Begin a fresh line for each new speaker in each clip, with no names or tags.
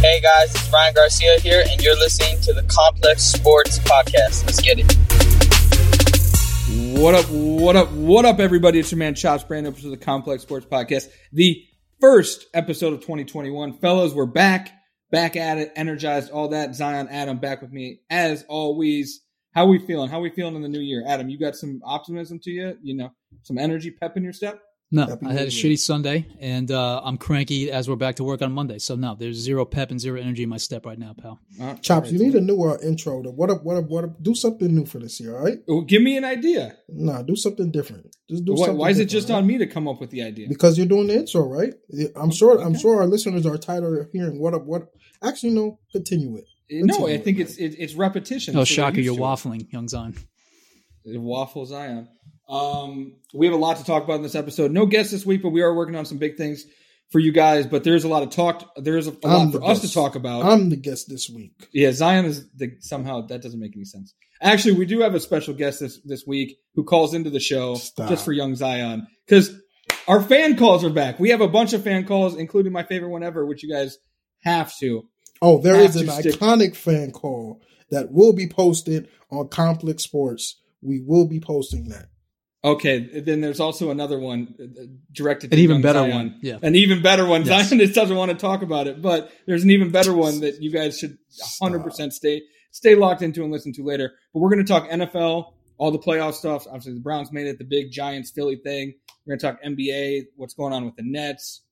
Hey guys, it's Ryan Garcia here, and you're listening to the Complex Sports Podcast. Let's get it.
What up, what up, what up, everybody? It's your man Chops, brand new episode of the Complex Sports Podcast, the first episode of 2021. Fellas, we're back, back at it, energized, all that. Zion, Adam, back with me as always. How we feeling? How we feeling in the new year? Adam, you got some optimism to you? You know, some energy pep in your step?
No,
Happy
I had
New
a
Year.
shitty Sunday, and uh, I'm cranky as we're back to work on Monday. So no, there's zero pep and zero energy in my step right now, pal.
Uh,
Chops, you need a new uh, intro. To what up? What up? What up? Do something new for this year, all right?
Well, give me an idea.
Nah, do something different. Just do
Why,
something
why is it
different,
just
all
on
right?
me to come up with the idea?
Because you're doing the intro, right? I'm sure. I'm
Okay.
sure our listeners are tired of hearing what up. What? up. Actually, no. Continue it.
No, I
Continue,
think
man.
it's it, it's repetition.
Oh,
so
shocker,
used
you're
to it.
waffling, young Zion.
Waffle Zion. Um, we have a lot to talk about in this episode. No guests this week, but we are working on some big things for you guys. But there's a lot of talk. There's a, a
I'm
lot
the
for us to
guest.
talk about.
I'm the guest this week.
yeah, Zion is the, somehow that doesn't make any sense. Actually, we do have a special guest this this week who calls into the show
Stop.
just for young Zion because our fan calls are back. We have a bunch of fan calls, including my favorite one ever, which you guys have to.
Oh, there
Have
is an
to stick-
iconic fan call that will be posted on Complex Sports. We will be posting that.
Okay, then there's also another one uh, directed to
An even
young
better
Zion.
one, yeah.
an even better one.
Yes.
Zion just doesn't want to talk about it, but there's an even better one that you guys should 100% stay stay locked into and listen to later. But we're going to talk NFL, all the playoff stuff. Obviously, the Browns made it, the big Giants Philly thing. We're going to talk NBA, what's going on with the Nets,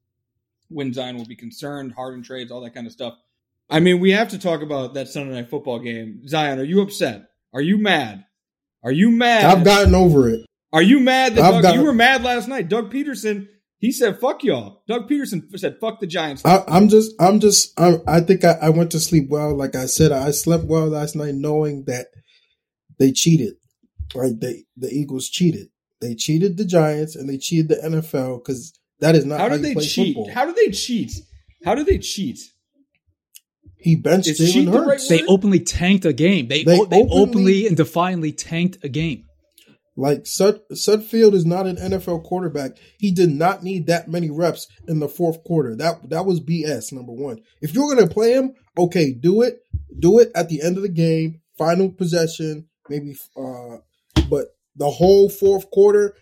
when Zion will be concerned, Harden trades, all that kind of stuff. I mean, we have to talk about that Sunday night football game. Zion, are you upset? Are you mad? Are you mad?
I've gotten over it.
Are you mad that
I've
Doug,
got-
you were mad last night? Doug Peterson, he said, "Fuck y'all." Doug Peterson said, "Fuck the Giants."
I, I'm just, I'm just, I, I think I, I went to sleep well. Like I said, I slept well last night, knowing that they cheated. Right? They, the Eagles cheated. They cheated the Giants and they cheated the NFL because that is not
How
how,
did
you
they
play
cheat?
football.
How did they cheat? How did they cheat?
he benched
Is cheat
Jalen
the right
Hurts.
They
word?
openly tanked a game. They
They
they, they
openly-
openly, and defiantly tanked a game.
Like Sud, Sudfield is not an NFL quarterback. He did not need that many reps in the fourth quarter. That that was BS. Number one, if you're gonna play him, okay, do it. Do it at the end of the game, final possession, maybe. Uh, but the whole fourth quarter,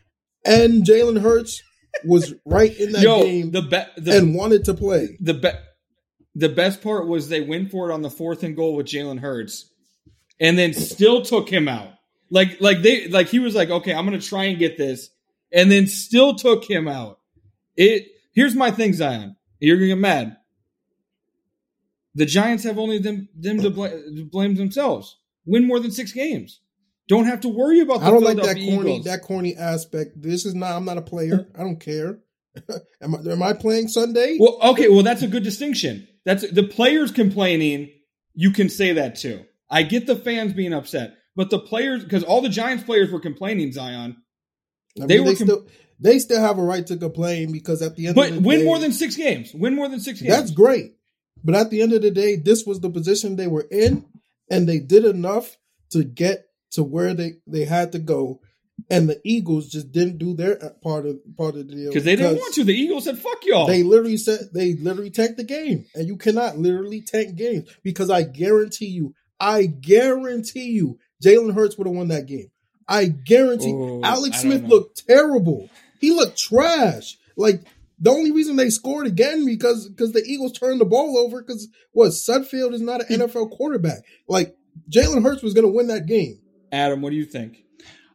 and Jalen Hurts was right in that
Yo,
game
the be- the,
and wanted to play.
the be- the best part was they went for it on the fourth and goal with Jalen Hurts, and then still took him out. Like like they like he was like, "Okay, I'm gonna try and get this," and then still took him out. It here's my thing, Zion. You're gonna get mad. The Giants have only them them to, bla- to blame themselves. Win more than six games. Don't have to worry about. The
I don't like that
Philadelphia
corny
Eagles.
that corny aspect. This is not. I'm not a player. I don't care. am I? Am I playing Sunday?
Well, okay, well that's a good distinction. That's the players complaining. You can say that too. I get the fans being upset, but the players because all the Giants players were complaining, Zion.
I mean,
They
they
were com-
still they still have a right to complain because at the end
But
of the
win
day,
more than six games. Win more than six games.
that's great. But at the end of the day, this was the position they were in, and they did enough to get to where they they had to go. And the Eagles just didn't do their part of part of the deal
because they didn't want to. The Eagles said, "Fuck y'all."
They literally said they literally tanked the game, and you cannot literally tank games because I guarantee you, I guarantee you, Jalen Hurts would have won that game. I guarantee.
Oh,
Alex
I don't
Smith
know.
looked terrible. He looked trash. Like the only reason they scored again because because the Eagles turned the ball over because what Sudfield is not an NFL quarterback. Like Jalen Hurts was going to win that game.
Adam, what do you think?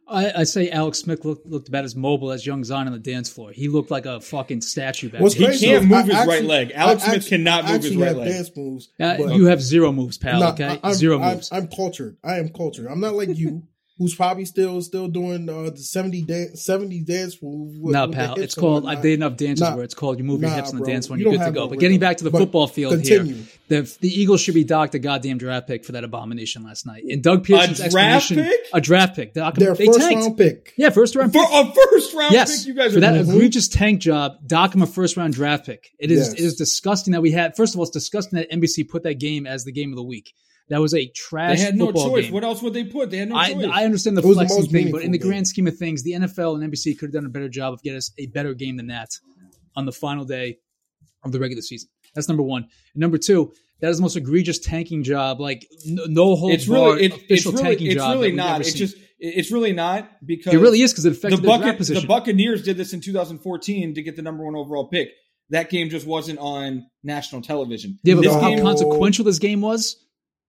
I, I say Alex Smith looked looked about as mobile as young Zion on the dance floor. He looked like a fucking statue back
What's
there.
He
crazy
can't
is
move
I
his right leg. Alex Smith
actu-
cannot
I
move his
actually
right
have
leg.
Dance moves.
Uh,
but-
you have zero moves, pal.
Nah,
okay,
I, am
0
I'm,
moves.
I'm cultured. I am cultured. I'm not like you, who's probably still still doing uh, the 70 dance 70 dance move. with-
no,
with the
pal.
hips
It's
and
called.
whatnot.
I did enough dances
Nah.
where it's called. You move your
Nah,
hips on the
bro.
dance when
You
you're good
don't
to
have
go.
no
but getting
rhythm.
back to the
But
football field
continue.
here, the the Eagles should be docked a goddamn draft pick for that abomination last night. And Doug Pearson's
draft
explanation,
pick?
a draft pick. Doc-
Their
they
first
tanked.
round pick.
Yeah, first round.
For
pick.
a first round
Yes,
pick, you guys
for
are
that
crazy.
egregious tank job, dock him a first round draft pick. It is
Yes.
it is disgusting that we had. First of all, it's disgusting that NBC put that game as the game of the week. That was a trash.
They had no
football
choice.
game.
What else would they put? They had no
I,
choice.
I understand the
It was the
flexing
most
thing, but in the
meaningful
grand scheme of things, the NFL and NBC could have done a better job of getting us a better game than that on the final day of the regular season. That's number one. And number two, That is the most egregious tanking job. Like no, no holds
it's really
barred
it, it's
official
really
tanking
it's
job.
really
that we've
not.
ever
It's
seen.
just it's really not because
it really is because it affects
the
the,
bucket
position.
the Buccaneers did this in 2014 to get the number one overall pick. That game just wasn't on national television.
yeah, but
This
look how
game-
consequential this game was.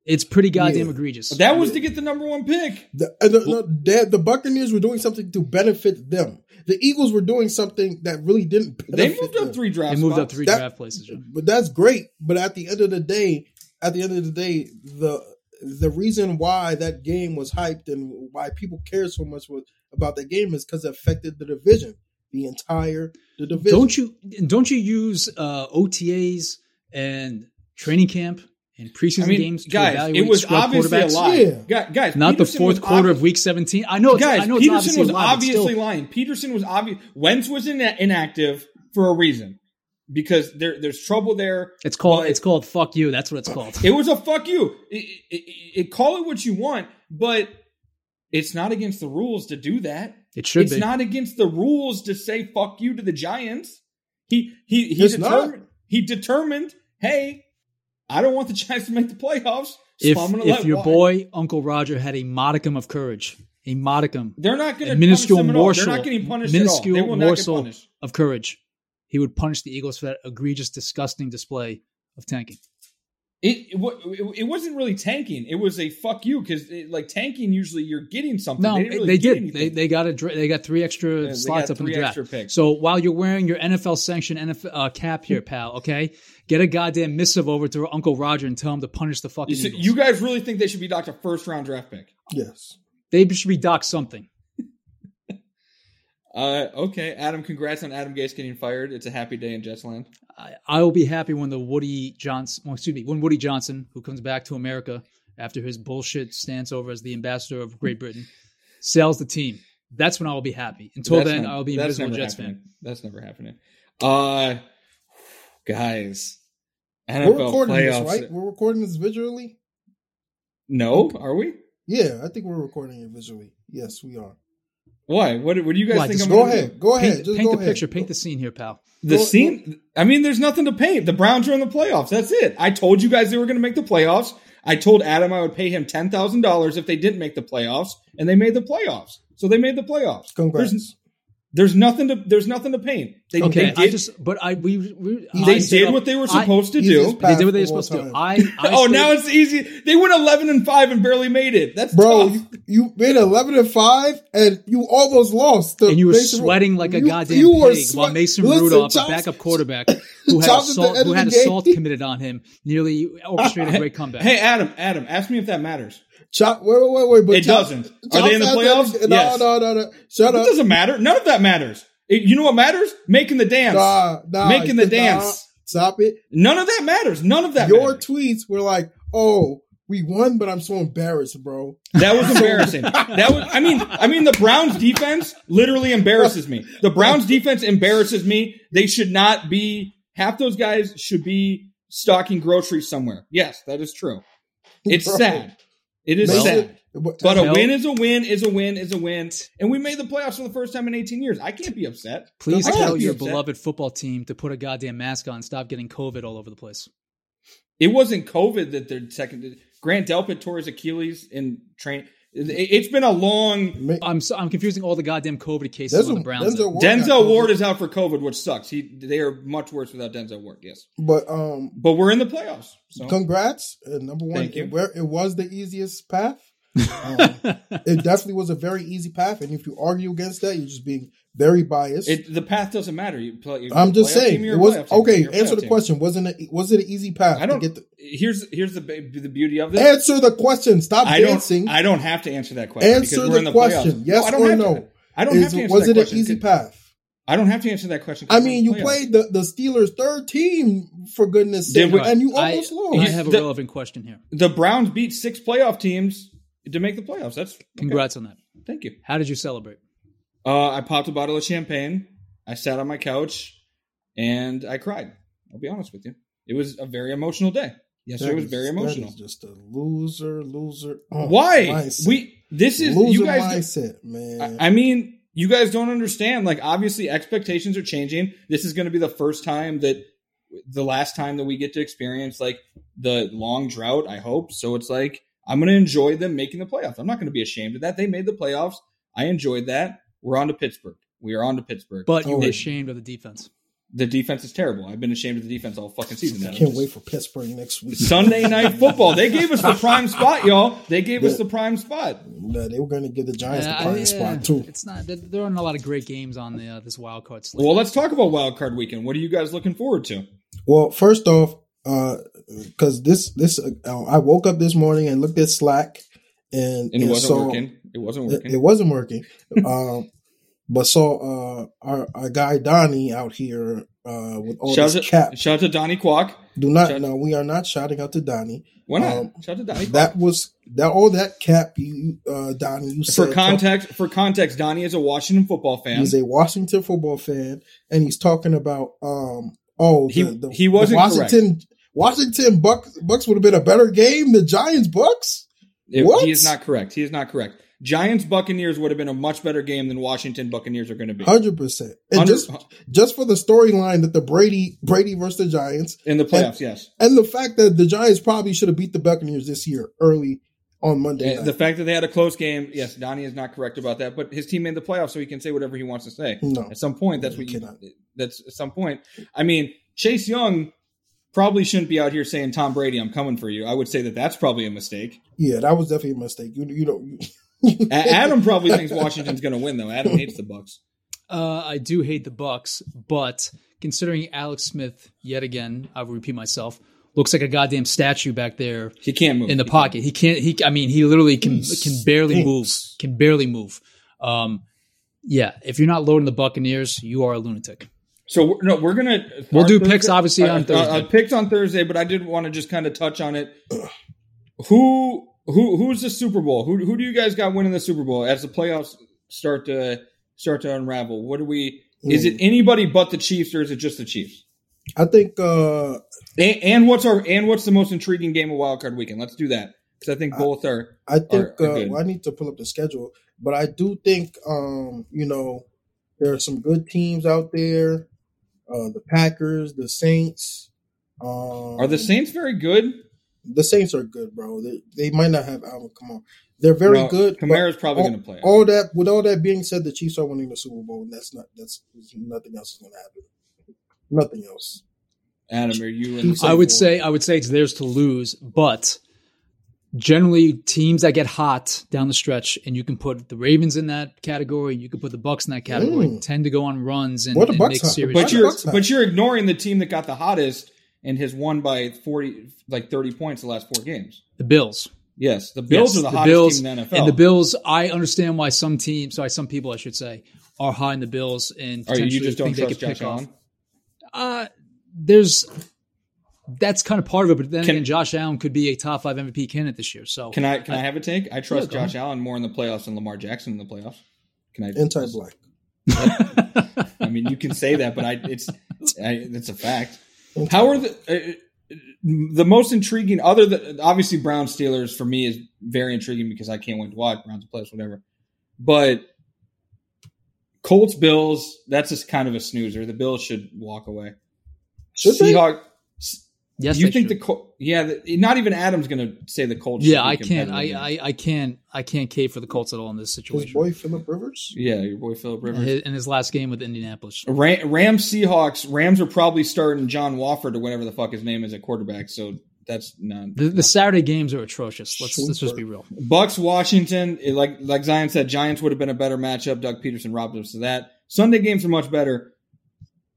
It's pretty goddamn
Yeah.
egregious.
that was to get the number one pick.
The, uh, the, no, they- the Buccaneers were doing something to benefit them. The Eagles were doing something that really didn't
They
benefit
moved
them.
up three
they
drafts.
moved up three
That-
draft places. John.
But that's great. But at the end of the day, at the end of the day, the the reason why that game was hyped and why people cared so much was, about that game is because it affected the division, the entire the division.
Don't you don't you use uh, OTAs and training camp and preseason
I mean,
games to
guys,
evaluate
it was
scrub
obviously a
quarterbacks?
lie.
Yeah.
Guys, guys,
Not the
Peterson
fourth
was
quarter
obvi-
of week seventeen. I know. It's,
guys,
I know. It's
Peterson
obviously
was
a lie, but still-
obviously lying. Peterson was obvious. Wentz was in inactive for a reason because there there's trouble there.
It's called.
But-
it's called. Fuck you. That's what it's called.
It was a fuck you. It, it- it- it- call it what you want, but it's not against the rules to do that.
It should
it's
be.
not against the rules to say fuck you to the Giants. He he he
It's
determined he determined, hey, I don't want the Giants to make the playoffs. So
if
I'm gonna
if
let
your
wa-
boy Uncle Roger had a modicum of courage, a modicum,
they're not going
a
to
minuscule
punish them at all. They're
morsel,
not getting punished
minuscule
at all. They will not get
morsel
punished.
of courage, he would punish the Eagles for that egregious, disgusting display of tanking.
It, it wa- it it wasn't really tanking. It was a fuck you because like tanking usually you're getting something.
No, they,
didn't really
they
get
did.
anything.
They, they got a dra- they got three extra
they
slots
got
up in the
three
draft.
extra picks.
So while you're wearing your NFL sanctioned NFL uh, cap here, pal, okay, get a goddamn missive over to Uncle Roger and tell him to punish the fucking
So
Eagles.
you guys really think they should be docked a first round draft pick?
Yes.
they should be docked something.
Uh, okay, Adam. Congrats on Adam Gase getting fired. It's a happy day in Jetsland.
I, I will be happy when the Woody Johnson, well, excuse me, when Woody Johnson, who comes back to America after his bullshit stance over as the ambassador of Great Britain, sells the team. That's when I will be happy. Until
That's
then,
never-
I'll be a
that's
miserable
never
Jets
happening.
fan.
That's never happening. Uh, guys, NFL
We're recording
playoffs.
this, right? We're recording this visually?
No, are we?
Yeah, I think we're recording it visually. Yes, we are.
Why? What? What do you guys
Why,
think?
just
I'm
Go
gonna
ahead.
do?
Go ahead.
Paint,
Just
paint
go
the
ahead.
picture. Paint the scene here, pal.
The
Go-
scene. I mean, there's nothing to paint. The Browns are in the playoffs. That's it. I told you guys they were going to make the playoffs. I told Adam I would pay him ten thousand dollars if they didn't make the playoffs, and they made the playoffs. So they made the playoffs.
Congrats.
There's, there's nothing to. There's nothing to paint. They,
Okay,
they
I
did.
just, but I we, we I
they
set
did
up-
what they were
I-
supposed to
he's
do.
just
they did what they were
Path of
supposed to do.
all
I, I
oh,
stayed-
now it's easy. They went eleven and five and barely made it. That's
Bro,
tough.
you, you made eleven and five, and you almost lost. The
and you were
Mason-
sweating like a
you-
goddamn
you were
pig while
sweat-
Mason
Listen,
Rudolph,
Charles-
a backup quarterback who had
Charles at the
assault,
end
who
of
had
the game.
assault committed on him, nearly orchestrated a great comeback.
Hey, Adam. Adam, ask me if that matters.
Chop, wait, wait, wait, wait. But
It
Chop-
doesn't. Are
Chop
they in the
Chop-
playoffs?
No,
Yes.
no, no, no. Shut
It
up.
doesn't matter. None of that matters. It- you know what matters? Making the dance.
Nah, nah,
Making the
nah.
dance.
Stop it.
None of that matters. None of that.
Your
matters.
tweets were like, "Oh, we won, but I'm so embarrassed, bro."
That was embarrassing. That was. I mean, I mean, the Browns defense literally embarrasses me. The Browns defense embarrasses me. They should not be. Half those guys should be stocking groceries somewhere. Yes, that is true. It's
Bro.
sad. It is
Well,
sad.
But,
But a
Hell.
win is a win is a win is a win. And we made the playoffs for the first time in 18 years. I can't be upset.
Please
I can't
tell
be
your
upset.
beloved football team to put a goddamn mask on and stop getting COVID all over the place.
It wasn't COVID that they're second. Grant Delpit tore his Achilles in train. It- It's been a long.
Ma-
I'm so, I'm confusing all the goddamn COVID cases
Denzel-
with the Browns.
Denzel Ward got
Denzel
COVID.
Ward is out for COVID, which sucks. He they are much worse without Denzel Ward. Yes,
But um,
but we're in the playoffs. So
congrats. Uh, number one,
Thank you.
It, where, it was the easiest path. Um, it definitely was a very easy path, and if you argue against that, you're just being very biased.
it, the path doesn't matter. You play. you're a
I'm just
playoff
saying
team, you're
it
a
was
playoff team,
okay.
you're a
Answer
playoff
the
team.
question. Wasn't it? Was it an easy path?
I don't.
to get the,
here's here's the ba- the beauty of this.
answer the question. Stop
I
dancing.
don't. I don't have to answer that question.
Answer
because we're
the
in the
question.
Playoffs.
Yes
I don't
or
have
no?
To, I don't have
Is-
to answer
was
that
it
question. oh,
an easy path?
I don't have to answer that question. 'cause
I
we're in
mean,
the
you
playoffs.
played the, the Steelers' third team for goodness'
Did
sake,
we-
and you almost
I,
lost.
I have a
The-
relevant question here.
the Browns beat six playoff teams to make the playoffs. That's okay.
Congrats on that.
Thank you.
How did you celebrate?
Uh, I popped a bottle of champagne. I sat on my couch and I cried. I'll be honest with you. It was a very emotional day. Yesterday
That
was
is-
very
that
emotional.
is just a loser, loser. oh,
Why?
mindset.
We this is
loser
you guys.
mindset, man.
I I mean, you guys don't understand. Like, obviously, expectations are changing. This is going to be the first time that the last time that we get to experience like the long drought, I hope. So it's like I'm going to enjoy them making the playoffs. I'm not going to be ashamed of that. They made the playoffs. I enjoyed that. We're on to Pittsburgh. We are on to Pittsburgh.
But you were
Totally.
ashamed of the defense.
the defense is terrible. I've been ashamed of the defense all fucking season.
I
now.
can't wait for Pittsburgh next week.
Sunday night football. They gave us the prime spot, y'all. They gave us the prime spot.
No, they were going to give the Giants
Yeah,
the prime
I- yeah,
spot too.
It's not. There, there aren't a lot of great games on the uh, this wild card slate.
Well, let's talk about wild card weekend. What are you guys looking forward to?
Well, first off, because this this uh, I woke up this morning and looked at Slack, and,
And it
and
wasn't
saw-
working. It wasn't
It,
working.
it wasn't working, um, but saw uh, our our guy Donnie out here uh, with all
shout,
this cap.
out, shout out to Donnie Kwok.
Do not
shout-
no, we are not shouting out to Donnie.
Why not?
Um,
shout out to Donnie Kwok.
That was that all that cap you you, uh, Donnie you
For
said.
context, for context, Donnie is a Washington football fan.
He's a Washington football fan, and he's talking about um oh the,
He-
the,
he wasn't
the Washington Washington Bucks Bucks would have been a better game than Giants Bucks.
It-
What?
He is not correct. He is not correct. Giants Buccaneers would have been a much better game than Washington Buccaneers are going to be.
Hundred percent, and
Under-
just just for the storyline that the Brady Brady versus the Giants,
in the playoffs, yes.
and the fact that the Giants probably should have beat the Buccaneers this year early on Monday.
And
night.
The fact that they had a close game, yes, Donnie is not correct about that. But his team made the playoffs, so he can say whatever he wants to say.
no,
At some point, that's
No,
what
he
you.
cannot.
That's at some point. I mean, Chase Young probably shouldn't be out here saying Tom Brady, I'm coming for you. I would say that that's probably a mistake.
yeah, that was definitely a mistake. You you don't.
A- Adam probably thinks Washington's going to win though. Adam hates the Bucks.
Uh, I do hate the Bucks, but considering Alex Smith yet again, I will repeat myself. Looks like a goddamn statue back there
He can't move
in the pocket. He can't. He. I mean, he literally can
He
can barely move.
stinks.
Can barely move. Um, yeah. If you're not loading the Buccaneers, you are a lunatic.
So we're, no, we're gonna
We'll
our
do picks, obviously,
uh,
on
uh,
Thursday.
Uh, picks on Thursday, but I did want to just kind of touch on it. Who who who's the Super Bowl? Who who do you guys got winning the Super Bowl as the playoffs start to start to unravel? What do we? Is it anybody but the Chiefs, or is it just the Chiefs?
I think uh
And, and what's our and what's the most intriguing game of Wild Card Weekend? Let's do that because I think
I-
both are.
I think
are- are
uh,
good.
well, I need to pull up the schedule, but I do think um, you know there are some good teams out there. Uh, the Packers, the Saints. Um,
Are the Saints very good?
The Saints are good, bro. They, they might not have Alvin Kamara. They're very
Well,
good. but
Kamara's probably
all-
going to play.
All that with all that being said, the Chiefs are winning the Super Bowl, and that's not that's nothing else is going to happen. Nothing else.
Adam, are you? In
Chiefs are
I would
four.
say I would say it's theirs to lose, but generally teams that get hot down the stretch, and you can put the Ravens in that category, you can put the Bucks in that category,
Mm.
tend to go on runs and,
Well, the
and
Bucks
make
hot.
serious.
But
Why the
you're
Bucks not?
but you're ignoring the team that got the hottest and has won by forty like thirty points the last four games.
the Bills.
Yes, the Bills
Yes,
are the, hottest team in the NFL.
And the Bills, I understand why some teams, sorry, some people I should say, are high in the Bills and
Or
potentially
you just don't
think
trust
they could
Josh
pick off.
Allen.
Uh, there's that's kind of part of it, but then
Can-
again, Josh Allen could be a top five MVP candidate this year. So
Can I can I have a take? I trust
Yeah, go
Josh Allen more in the playoffs than Lamar Jackson in the playoffs. Can I?
Anti-black.
I mean, you can say that, but I it's I, it's a fact. How are the uh, the most intriguing? Other than obviously Brown Steelers for me is very intriguing because I can't wait to watch Browns playoffs, whatever. But Colts Bills, that's just kind of a snoozer. The Bills should walk away.
Should they?
Seahawks.
yes,
you
they
think
should.
the Col- yeah? The, not even Adam's going to say the Colts. should
Yeah,
be
I can't. I,
competitive.
I I can't. I can't cave for the Colts at all in this
His
situation.
boy Philip Rivers.
yeah, your boy Philip
In
Rivers.
his, in his last game with Indianapolis,
Ram, Rams Seahawks. Rams are probably starting John Wofford or whatever the fuck his name is at quarterback. So that's not
the, the Saturday games are atrocious. Let's let's just be real.
Bucks Washington. it- Like like Zion said, Giants would have been a better matchup. Doug Peterson robbed us of that. Sunday games are much better.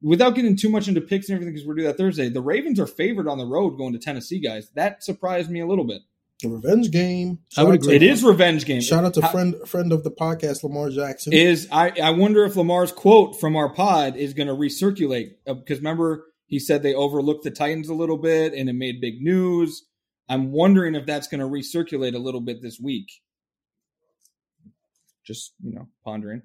Without getting too much into picks and everything, because we're doing that Thursday, the Ravens are favored on the road going to Tennessee. Guys, that surprised me a little bit.
The revenge game.
I would
Shout out to-
agree.
It is revenge game.
Shout out to
How-
friend friend of the podcast, Lamar Jackson.
is I, I wonder if Lamar's quote from our pod is going to recirculate because remember he said they overlooked the Titans a little bit and it made big news. I'm wondering if that's going to recirculate a little bit this week. Just you know, pondering.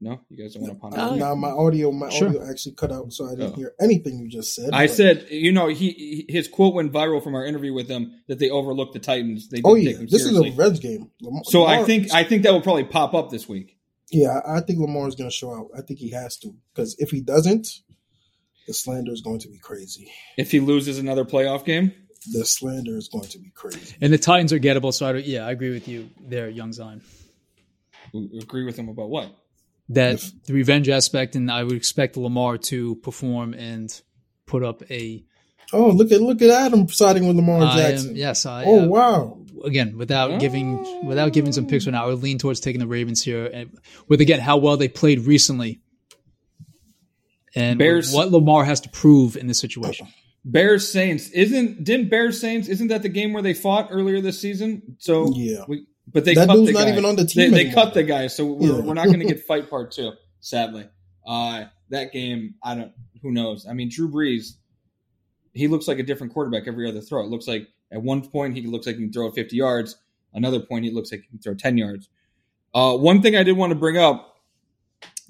No, you guys don't want to ponder.
Uh, now my audio, my
Sure.
audio actually cut out, so I didn't
Oh.
hear anything you just said.
I
but-
said, you know, he he- his quote went viral from our interview with him that they overlooked the Titans. They didn't
"Oh
take
yeah,
them
this
seriously.
is a Reds game." Lamar,
so I
Lamar-
think I think that will probably pop up this week.
yeah, I think Lamar is going to show out. I think he has to because if he doesn't, the slander is going to be crazy.
If he loses another playoff game,
the slander is going to be crazy.
And the Titans are gettable, so I don't, yeah, I agree with you there, Young Zion.
We agree with him about what?
That
Yes.
the revenge aspect, and I would expect Lamar to perform and put up a.
Oh, look at look at Adam siding with Lamar
I am-
Jackson.
yes, I.
Oh
uh,
wow.
Again, without giving without giving some picks right now, I would lean towards taking the Ravens here, and with again how well they played recently, and
Bears-
what Lamar has to prove in this situation.
Bears Saints isn't didn't Bears Saints isn't that the game where they fought earlier this season? So
Yeah.
we, but they
That
cut
dude's
the
not
guy.
even on the
They,
team
they
anymore.
cut the guy, so we're,
Yeah.
we're not going to get fight part two, sadly. Uh, that game, I don't. Who knows? I mean, Drew Brees, he looks like a different quarterback every other throw. It looks like at one point he looks like he can throw it fifty yards. Another point he looks like he can throw ten yards. Uh, one thing I did want to bring up: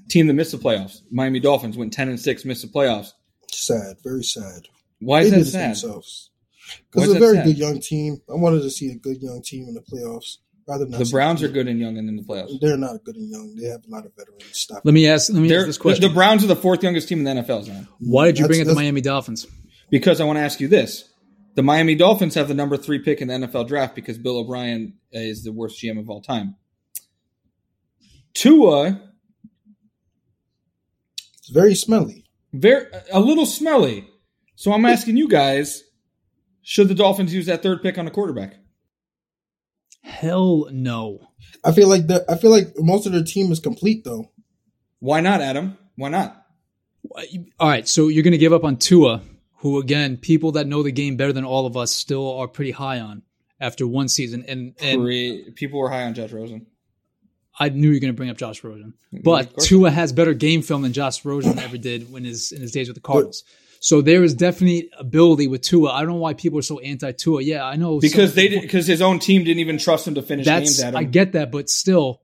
team that missed the playoffs, Miami Dolphins went ten and six, missed the playoffs.
Sad, very sad.
Why
They
is
did
that
it
sad?
themselves.
Why
Because
is
it's a
that
very
sad?
good young team. I wanted to see a good young team in the playoffs rather than
The Browns are good and young and in the playoffs.
They're not good and young. They have a lot of veterans. Stop.
Let me ask. Let me
They're,
ask this question:
The, the Browns are the fourth youngest team in the NFL now.
Why did you bring up the
That's- that's-
Miami Dolphins?
Because I want to ask you this: the Miami Dolphins have the number three pick in the NFL draft because Bill O'Brien is the worst GM of all time. Tua,
It's very smelly.
very a little smelly. So I'm asking you guys: should the Dolphins use that third pick on a quarterback?
Hell no.
I feel like the I feel like most of their team is complete though.
Why not, Adam? Why not?
All right, so you're going to give up on Tua, who again, people that know the game better than all of us still are pretty high on after one season. And and
Three, people were high on Josh Rosen.
I knew you were going to bring up Josh Rosen,
Of
but
course.
Tua has better game film than Josh Rosen ever did when his in his days with the Cardinals. So there is definitely ability with Tua. I don't know why people are so anti Tua. Yeah, I know
Because
some-
they did, because his own team didn't even trust him to finish
That's
games. Adam,
I get that, but still,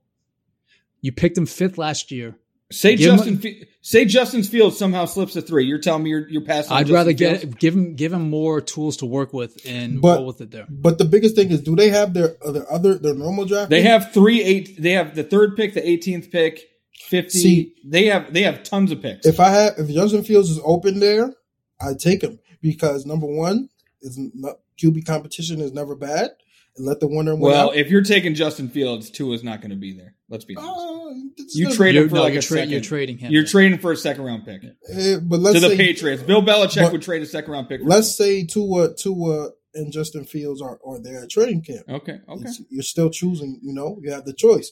you picked him fifth last year.
Say
Give him-
Justin, Fe- say Justin Fields somehow slips a three. You're telling me you're, you're passing. on
I'd
Justin
rather
Fields?
get give him give him more tools to work with and
But-
roll with it there.
But the biggest thing is, do they have their other other their normal draft?
They
pick?
have three eight. They have the third pick, the 18th pick, 50.
See-
they have they have tons of picks.
If I have if Justin Fields is open there, I take him because number one is not, QB competition is never bad, and let the winner win.
well,
out.
if you're taking Justin Fields, Tua's not going to be there. Let's be honest.
Oh, it's
You
not-
trade
You're,
him for
no,
like
you're,
a
tra-
second.
you're trading him.
You're trading for a second round pick
eh, but let's
to the
say
Patriots. Bill Belichick
But-
would trade a second round pick. for
let's say Tua Tua and Justin Fields are are there at training camp.
him. okay, okay.
It's- You're still choosing. You know, you have the choice.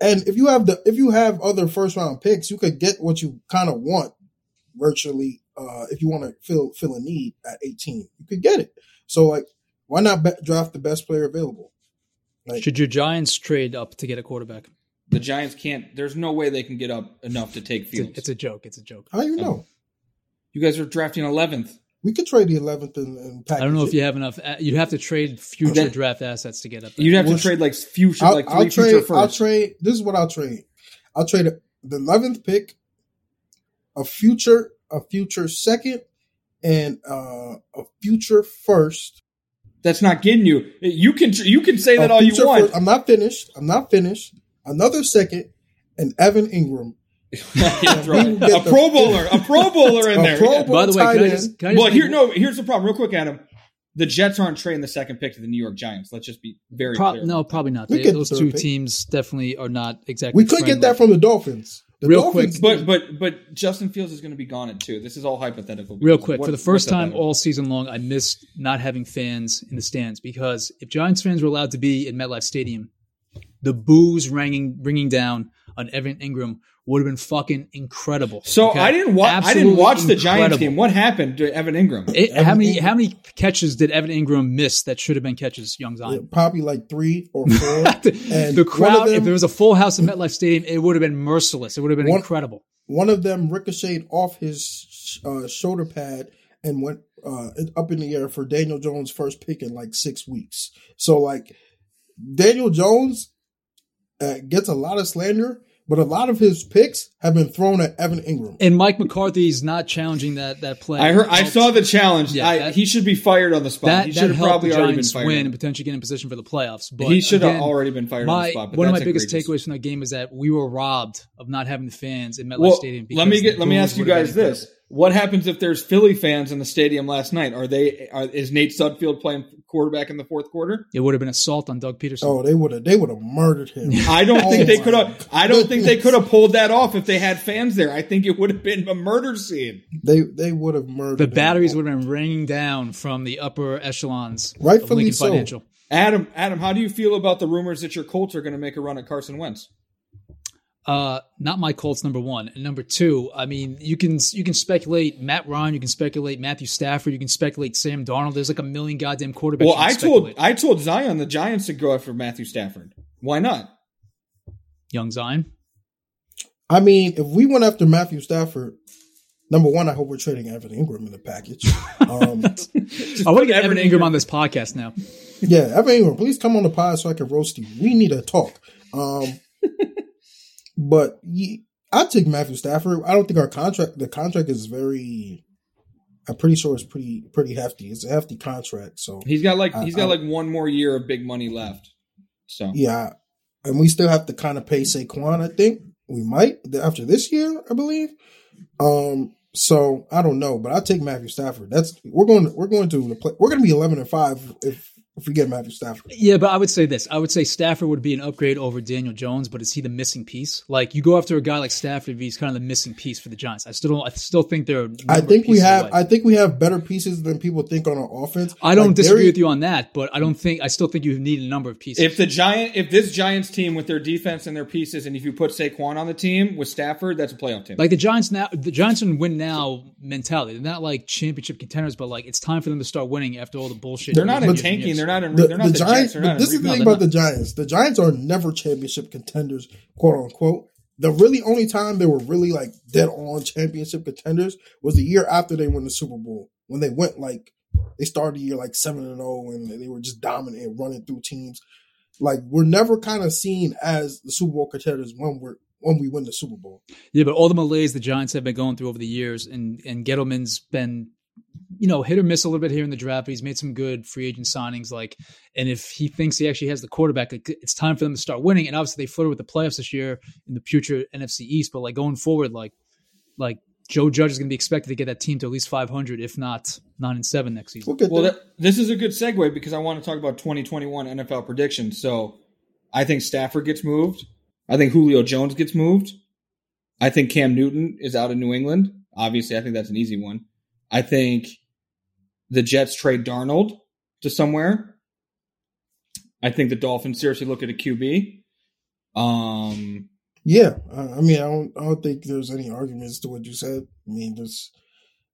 And if you have the if you have other first round picks, you could get what you kind of want virtually. Uh, if you want to fill fill a need at 18, you could get it. So like, why not be- draft the best player available? Like,
Should your Giants trade up to get a quarterback?
The Giants can't. There's no way they can get up enough to take
It's a,
Fields.
it's a joke. It's a joke.
how do you know?
you guys are drafting 11th.
We could trade the 11th and, and
I
package
don't know
it.
if you have enough. uh, You'd have to trade future
Then-
draft assets to get up there.
You'd have to
Well,
trade like future,
I'll,
like 3
I'll
future
trade.
first.
i I'll trade. This is what I'll trade. I'll trade the eleventh pick, a future, a future second, and uh, a future first.
That's not getting you. You can you can say that
a
all you
future
want.
first- I'm not finished. I'm not finished. Another second, and Evan Ingram,
Yeah,
we will get
right. A
the-
Pro Bowler, a Pro Bowler in
a
there.
Pro Bowl
By the way,
tight
can I
end.
just, can I just
well,
make
here
one-
no. Here's the problem. Real quick, Adam. The Jets aren't trading the second pick to the New York Giants. Let's just be very
prob-
clear.
no, probably not.
We
They-
get the
those
third
two
pick.
teams definitely are not exactly.
we could get
friendly.
that from the Dolphins. The
Real
Dolphins,
quick,
But but but Justin Fields is going to be gone at two. This is all hypothetical.
Real
because
quick,
what-
for the first
what's up,
time
Adam?
all season long, I missed not having fans in the stands because if Giants fans were allowed to be in MetLife Stadium, the booze ringing ringing down on Evan Ingram would have been fucking incredible.
So
Okay?
I didn't watch. I didn't
Absolutely
watch the Giants
incredible.
game. What happened to Evan Ingram?
It, how
Evan
many
Ingram.
how many catches did Evan Ingram miss that should have been catches? Young
yeah,
Zion.
probably like three or four. and
the
one of
crowd, if
them-
there was a full house in MetLife Stadium, it would have been merciless. It would have been
One-
incredible.
one of them ricocheted off his uh, shoulder pad and went uh, up in the air for Daniel Jones' first pick in like six weeks. So like Daniel Jones uh, gets a lot of slander, but a lot of his picks have been thrown at Evan Ingram.
And Mike McCarthy's not challenging that that play.
I heard. I
Helped-
saw the challenge.
Yeah,
I,
that-
he should be fired on the spot.
that
he should
that
have
helped
probably
the
already been
Giants
fired.
win and potentially get in position for the playoffs. But
he should
again,
have already been fired on the
My,
spot. But
one of my
that's
biggest
egregious.
takeaways from that game is that we were robbed of not having the fans at MetLife
Well,
Stadium.
let me
because
get
the
let me
booze
ask you
would have
guys
been incredible.
this: What happens if there's Philly fans in the stadium last night? Are they? Are, is Nate Sudfield playing quarterback in the fourth quarter?
It would have been assault on Doug Peterson.
Oh, they would have. They would have murdered him.
I don't
Oh
think they
my
could have. I don't think they could have pulled that off if they had fans there. I think it would have been a murder scene.
They they would have murdered.
the
him.
batteries would have been ringing down from the upper echelons of
Rightfully
Lincoln
so.
Financial.
Adam, Adam, how do you feel about the rumors that your Colts are going to make a run at Carson Wentz?
Uh, not my Colts. Number one and number two. I mean, you can you can speculate Matt Ryan, you can speculate Matthew Stafford, you can speculate Sam Darnold. There's like a million goddamn quarterbacks.
Well,
you can
I told
speculate.
I told Zion the Giants to go after Matthew Stafford. Why not?
young Zion.
I mean, if we went after Matthew Stafford, number one, I hope we're trading Evan Ingram in the package.
I
Um,
want to
put
get Evan
Evan
Ingram on this podcast now.
yeah, Evan Ingram, please come on the pod so I can roast you. We need a talk. Um, but ye, I take Matthew Stafford. I don't think our contract, the contract is very. I'm pretty sure it's pretty pretty hefty. It's a hefty contract, so
He's got like
I-
he's got
I-
like one more year of big money left. So
yeah. And we still have to kind of pay Saquon. I think we might after this year, I believe. Um, so I don't know, but I take Matthew Stafford. That's we're going. We're going to play, we're going to be eleven and five if if we get Matthew Stafford.
Yeah, but I would say this. I would say Stafford would be an upgrade over Daniel Jones, but is he the missing piece? Like you go after a guy like Stafford, he's kind of the missing piece for the Giants. I still don't. I still think there. Are a
I
number of
think we
pieces
have.
away.
I think we have better pieces than people think on our offense.
I don't
Like,
disagree
Darius-
with you on that, but I don't think I still think you need a number of pieces.
if the giant if this Giants team with their defense and their pieces, and if you put Saquon on the team with Stafford, that's a playoff team.
like the Giants now, the Giants in win now mentality. They're not like championship contenders, but like it's time for them to start winning after all the bullshit.
they're not in
years and
tanking. They're
years.
not in.
The,
they're not
the
the, Jets,
Giants.
They're not
but this
in
is the
rebuild.
thing about the Giants. The Giants are never championship contenders, quote unquote. The really only time they were really like dead on championship contenders was the year after they won the Super Bowl when they went like they started the year like seven and zero and they were just dominant and running through teams. Like we're never kind of seen as the Super Bowl contenders when we're when we win the Super Bowl.
Yeah, but all the malaise the Giants have been going through over the years, and and Gettleman's been, you know, hit or miss a little bit here in the draft, but he's made some good free agent signings. Like, and if he thinks he actually has the quarterback, like, it's time for them to start winning. And obviously, they flirted with the playoffs this year in the future NFC East, but like going forward, like like Joe Judge is going to be expected to get that team to at least five hundred, if not nine and seven next season.
We'll get
Well,
there.
that, this is a good segue because I want to talk about 2021 NFL predictions. So I think Stafford gets moved. I think Julio Jones gets moved. I think Cam Newton is out of New England. Obviously, I think that's an easy one. I think the Jets trade Darnold to somewhere. I think the Dolphins seriously look at a QB. Um,
Yeah, I, I mean, I don't, I don't think there's any arguments to what you said. I mean, this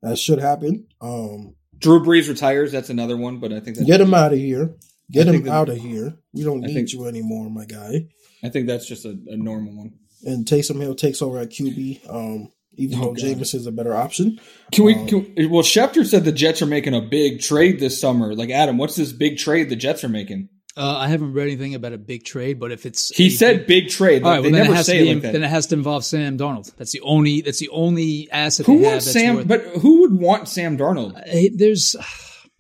that should happen. Um,
Drew Brees retires. That's another one, but I think that's,
get him out of here. Get
I
him
think that-
out of here. We don't
I
need
think-
you anymore, my guy.
I think that's just a, a normal one.
And Taysom Hill takes over at QB. Um, even
Oh,
though
God.
Jameis is a better option,
Can we?
Um,
Can, well, Schefter said the Jets are making a big trade this summer. Like Adam, what's this big trade the Jets are making?
Uh, I haven't read anything about a big trade, but if it's
He
a-
said big trade.
All right,
Like,
well,
they
then, it
never
has to
say
be,
it like
then
that.
it has to involve Sam Donald. That's the only. That's the only asset.
Who
they have
wants
that's
Sam?
Worth,
But who would want Sam Darnold?
I- Uh, there's,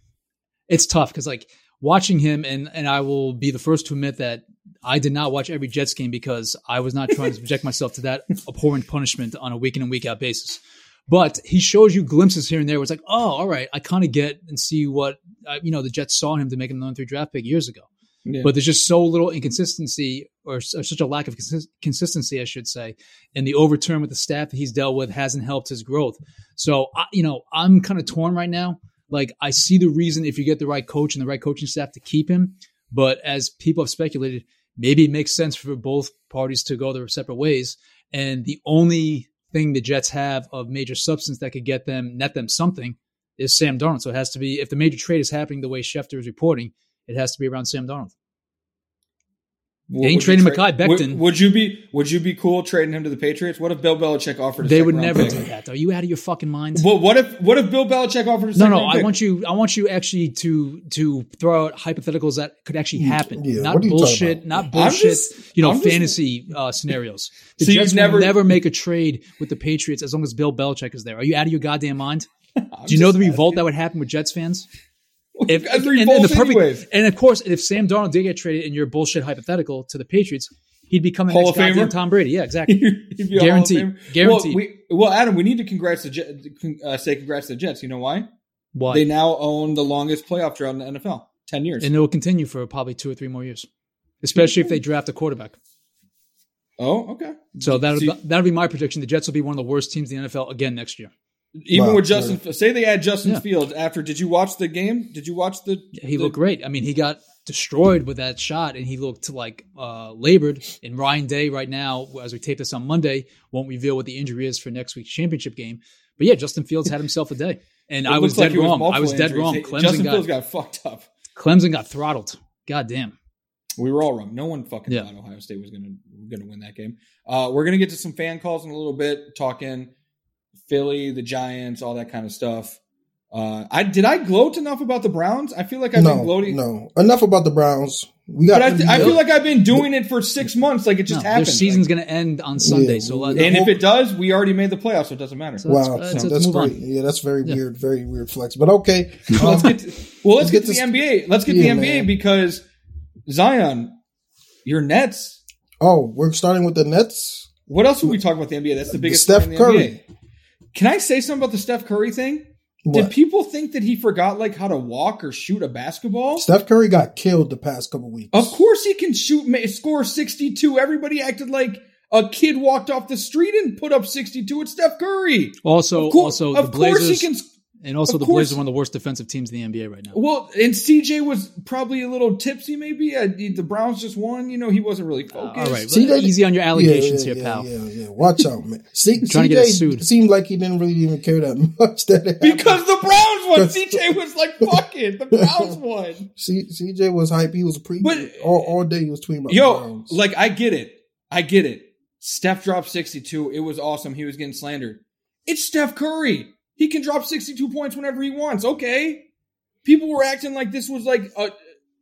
it's tough because like watching him, and and I will be the first to admit that I did not watch every Jets game because I was not trying to subject myself to that abhorrent punishment on a week in and week out basis. But he shows you glimpses here and there. Where it's like, oh, all right, I kind of get and see what uh, you know the Jets saw in him to make him the three draft pick years ago
Yeah.
but there's just so little inconsistency or, s- or such a lack of consis- consistency i should say and the overturn with the staff that he's dealt with hasn't helped his growth so I, you know i'm kind of torn right now like i see the reason if you get the right coach and the right coaching staff to keep him but as people have speculated maybe it makes sense for both parties to go their separate ways and the only thing the jets have of major substance that could get them net them something is sam darnold so it has to be if the major trade is happening the way schefter is reporting it has to be around sam darnold
What would
ain't
you
trading
trade-
Mekhi
Would,
Becton.
would you be? Would you be cool trading him to the Patriots? What if Bill Belichick offered? A
They
second
would
round
never
pick?
do that. Are you out of your fucking mind?
Well, what if? What if Bill Belichick offered? A
No,
second
no.
round
I
pick?
want you. I want you actually to to throw out hypotheticals that could actually happen,
yeah,
not
what are you talking
bullshit,
about?
not bullshit.
just-
you know,
I'm just-
fantasy uh, scenarios. The
So you've
Jets will
never-
never, make a trade with the Patriots as long as Bill Belichick is there. Are you out of your goddamn mind? Do you know the revolt that would happen with Jets fans? If,
Guys
and, and the
revolt
perfect,
anyways.
and of course, if Sam Darnold did get traded in your bullshit hypothetical to the Patriots, He'd become the
Hall of
next goddamn
Famer?
Tom Brady. Yeah, exactly.
He'd be a Hall of
Guaranteed.
Famer. Well,
Guaranteed.
we, well, Adam, we need to congrats the Jets, uh, say congrats to the Jets. You know why?
Why?
They now own the longest playoff drought in the NFL. Ten years.
and it will continue for probably two or three more years, especially if they draft a quarterback.
oh, okay.
So that'll
See-
that'll be my prediction. The Jets will be one of the worst teams in the NFL again next year.
Even
Wow,
with Justin, say they add Justin
Yeah.
Fields after. Did you watch the game? Did you watch the?
He
the-
looked great. I mean, he got destroyed with that shot, and he looked like uh, labored. And Ryan Day, right now, as we tape this on Monday, won't reveal what the injury is for next week's championship game. But yeah, Justin Fields had himself a day, and
it
I
looked
was
like
dead
he
wrong. I
multiple
was dead
injuries.
wrong.
Hey,
Clemson
Justin
got
Fields got fucked up.
Clemson got throttled. God damn.
We were all wrong. No one fucking
Yeah.
thought Ohio State was gonna gonna win that game. Uh, we're gonna get to some fan calls in a little bit, talking Philly, the Giants, all that kind of stuff. Uh, I did I gloat enough about the Browns? I feel like I've been
No,
gloating.
no. Enough about the Browns. We got.
But I, th- I
we-
feel like I've been doing it for six months. Like it just
no,
happened.
their season's going to end on Sunday, so let,
gonna-
and if it does, we already made the playoffs, so it doesn't matter.
So-
wow,
let's- uh, let's
that's
move
very,
on.
yeah, that's very
Yeah.
weird, very weird flex. But okay, Um,
Well, let's get to, well, let's, get,
Let's get
to
this-
the NBA. Let's get
Yeah,
the NBA
man.
because Zion, your Nets.
Oh, we're starting with the Nets.
What else would we talk about the NBA? That's the biggest
Steph
story in the
Curry.
NBA. Can I say something about the Steph Curry thing? Did
What?
people think that he forgot like how to walk or shoot a basketball?
Steph Curry got killed the past couple weeks.
Of course he can shoot, ma- score 62. Everybody acted like a kid walked off the street and put up 62 at Steph Curry.
also
Of cour-
Oh, also the
of course
Blazers
he can. s-
and also
of
the
course-
Blazers are one of the worst defensive teams in the NBA right now.
Well, and CJ was probably a little tipsy, maybe. Uh, the Browns just won. You know, he wasn't really focused.
All right,
Oh, See, they-
easy on your
Yeah, yeah,
allegations
yeah,
here, pal.
Yeah, yeah. Watch out, man. See,
Trying to get
CJ
us sued.
seemed like he didn't really even care that much. That it happened.
Because the Browns won.
Because-
CJ was like, fuck it. The Browns won.
C- CJ was hype. He was pre
But-
all, all day. He was tweeting about the
Yo,
Browns.
like, I get it. I get it. Steph dropped 62. It was awesome. He was getting slandered. It's Steph Curry. He can drop 62 points whenever he wants. Okay. People were acting like this was like a.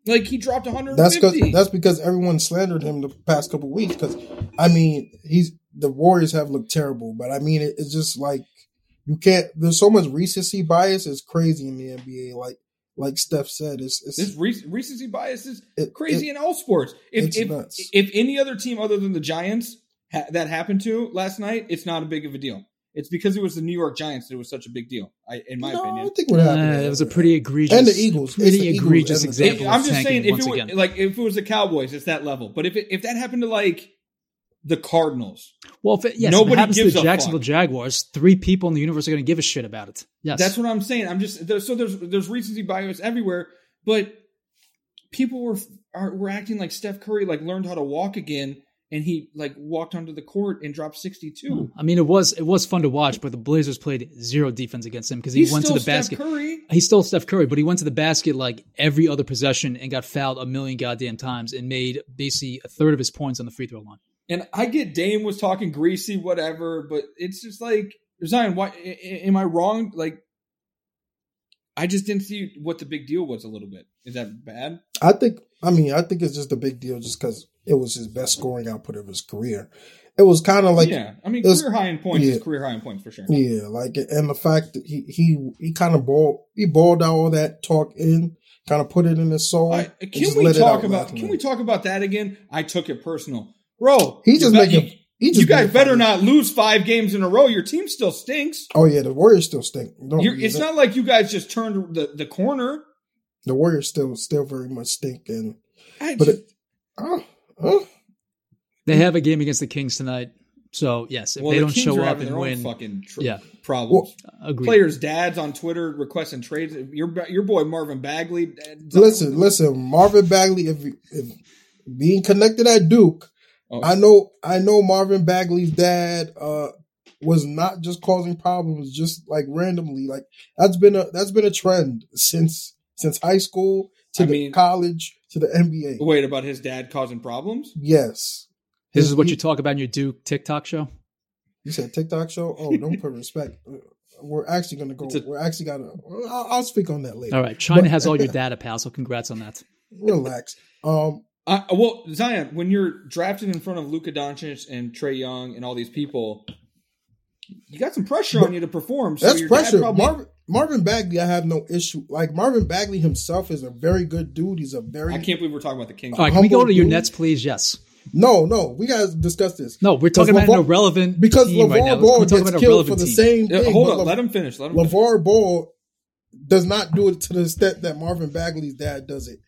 Like he dropped 150.
that's because that's because everyone slandered him the past couple weeks. Because I mean, he's the Warriors have looked terrible, but I mean, it, it's just like you can't. There's so much recency bias. It's crazy in the NBA. Like like Steph said, it's it's
This re- recency bias is
it-
crazy
it-
in all sports. If
it's
if,
nuts.
if any other team other than the Giants ha- that happened to last night, it's not a big of a deal. It's because it was the New York Giants that it was such a big deal. I, in my
no, I
opinion,
think what happened.
Uh,
there.
it was a pretty egregious
And the Eagles. It's
pretty
the Eagles
egregious
and the-
It-
example. of
I'm just
tanking
saying if
once
it
again.
was, like if it was the Cowboys, it's that level. But if it, if that happened to like the Cardinals,
well, if it, yes,
nobody
if it happens
gives
to
a
the Jacksonville
fuck.
Jaguars, three people in the universe are going to give a shit about it. Yes,
that's what I'm saying. I'm just there, so there's there's recency bias everywhere, but people were are, were acting like Steph Curry like learned how to walk again. And he like walked onto the court and dropped sixty two.
I mean, it was it was fun to watch, but the Blazers played zero defense against him because he
He's
went to
still
the
Steph
basket.
Curry.
He's still Steph Curry, but he went to the basket like every other possession and got fouled a million goddamn times and made basically a third of his points on the free throw line.
And I get Dame was talking greasy, whatever, but it's just like Zion. Why a- a- am I wrong? Like, I just didn't see what the big deal was. A little bit is that bad?
I think. I mean, I think it's just a big deal, just because it was his best scoring output of his career. It was kind of like
yeah, I mean,
it was-
career high in points
yeah.
is career high in points for sure.
Yeah, like and the fact that he he he kind of balled he balled out all that talk in, kind of put it in his soul.
All right,
and
can
just
we
let it
talk
out
about?
last
Can we
night.
talk about that again? I took it personal, bro.
He
you
just
bet-
making-
you-
he just
you guys
made
better
fun.
not lose five games in a row. Your team still stinks.
Oh yeah, the Warriors still stink. Don't-
You're, it's
the,
not like you guys just turned the, the corner.
the Warriors still still very much stink and
I
But
just-
it- uh, uh,
They have a game against the Kings tonight, so yes, if
well,
they
the
don't
Kings
show
are
up
having
and
their own
win,
fucking tr-
Yeah.
problems.
agree.
players' dads on Twitter requesting trades. Your your boy Marvin Bagley. uh,
listen, listen, Marvin Bagley if if being connected at Duke,
Oh.
I know I know Marvin Bagley's dad uh was not just causing problems just like randomly. Like that's been a that's been a trend since since high school to
I
the
mean-
college to the NBA.
Wait about his dad causing problems.
Yes.
This is what you talk about in your Duke TikTok show.
You said TikTok show? Oh, don't put respect. We're actually gonna go.
It's a-
we're actually gotta. I'll, I'll speak on that later.
All right, China has all your data, pal. So congrats on that.
Relax. Um,
Uh, well, Zion, when you're drafted in front of Luka Doncic and Trey Young and all these people, you got some pressure on you to perform. So
that's
your dad
pressure.
probably-
Marvin, Marvin Bagley, I have no issue. Like Marvin Bagley himself is a very good dude. He's a very.
I can't believe we're talking about the Kings. Uh,
All right, can we go
Humble
to your
dude.
Nets, please? Yes.
No, no, we gotta discuss this
No, we're talking
Because
about an
LeVar-
irrelevant
because
team
LeVar
right now. Let's-
Ball
we're talking
gets
about an
killed for
irrelevant
the
team.
same
Yeah,
thing.
hold
but
on,
Le-
let him finish. Let him finish.
LeVar Ball does not do it to the extent that Marvin Bagley's dad does it,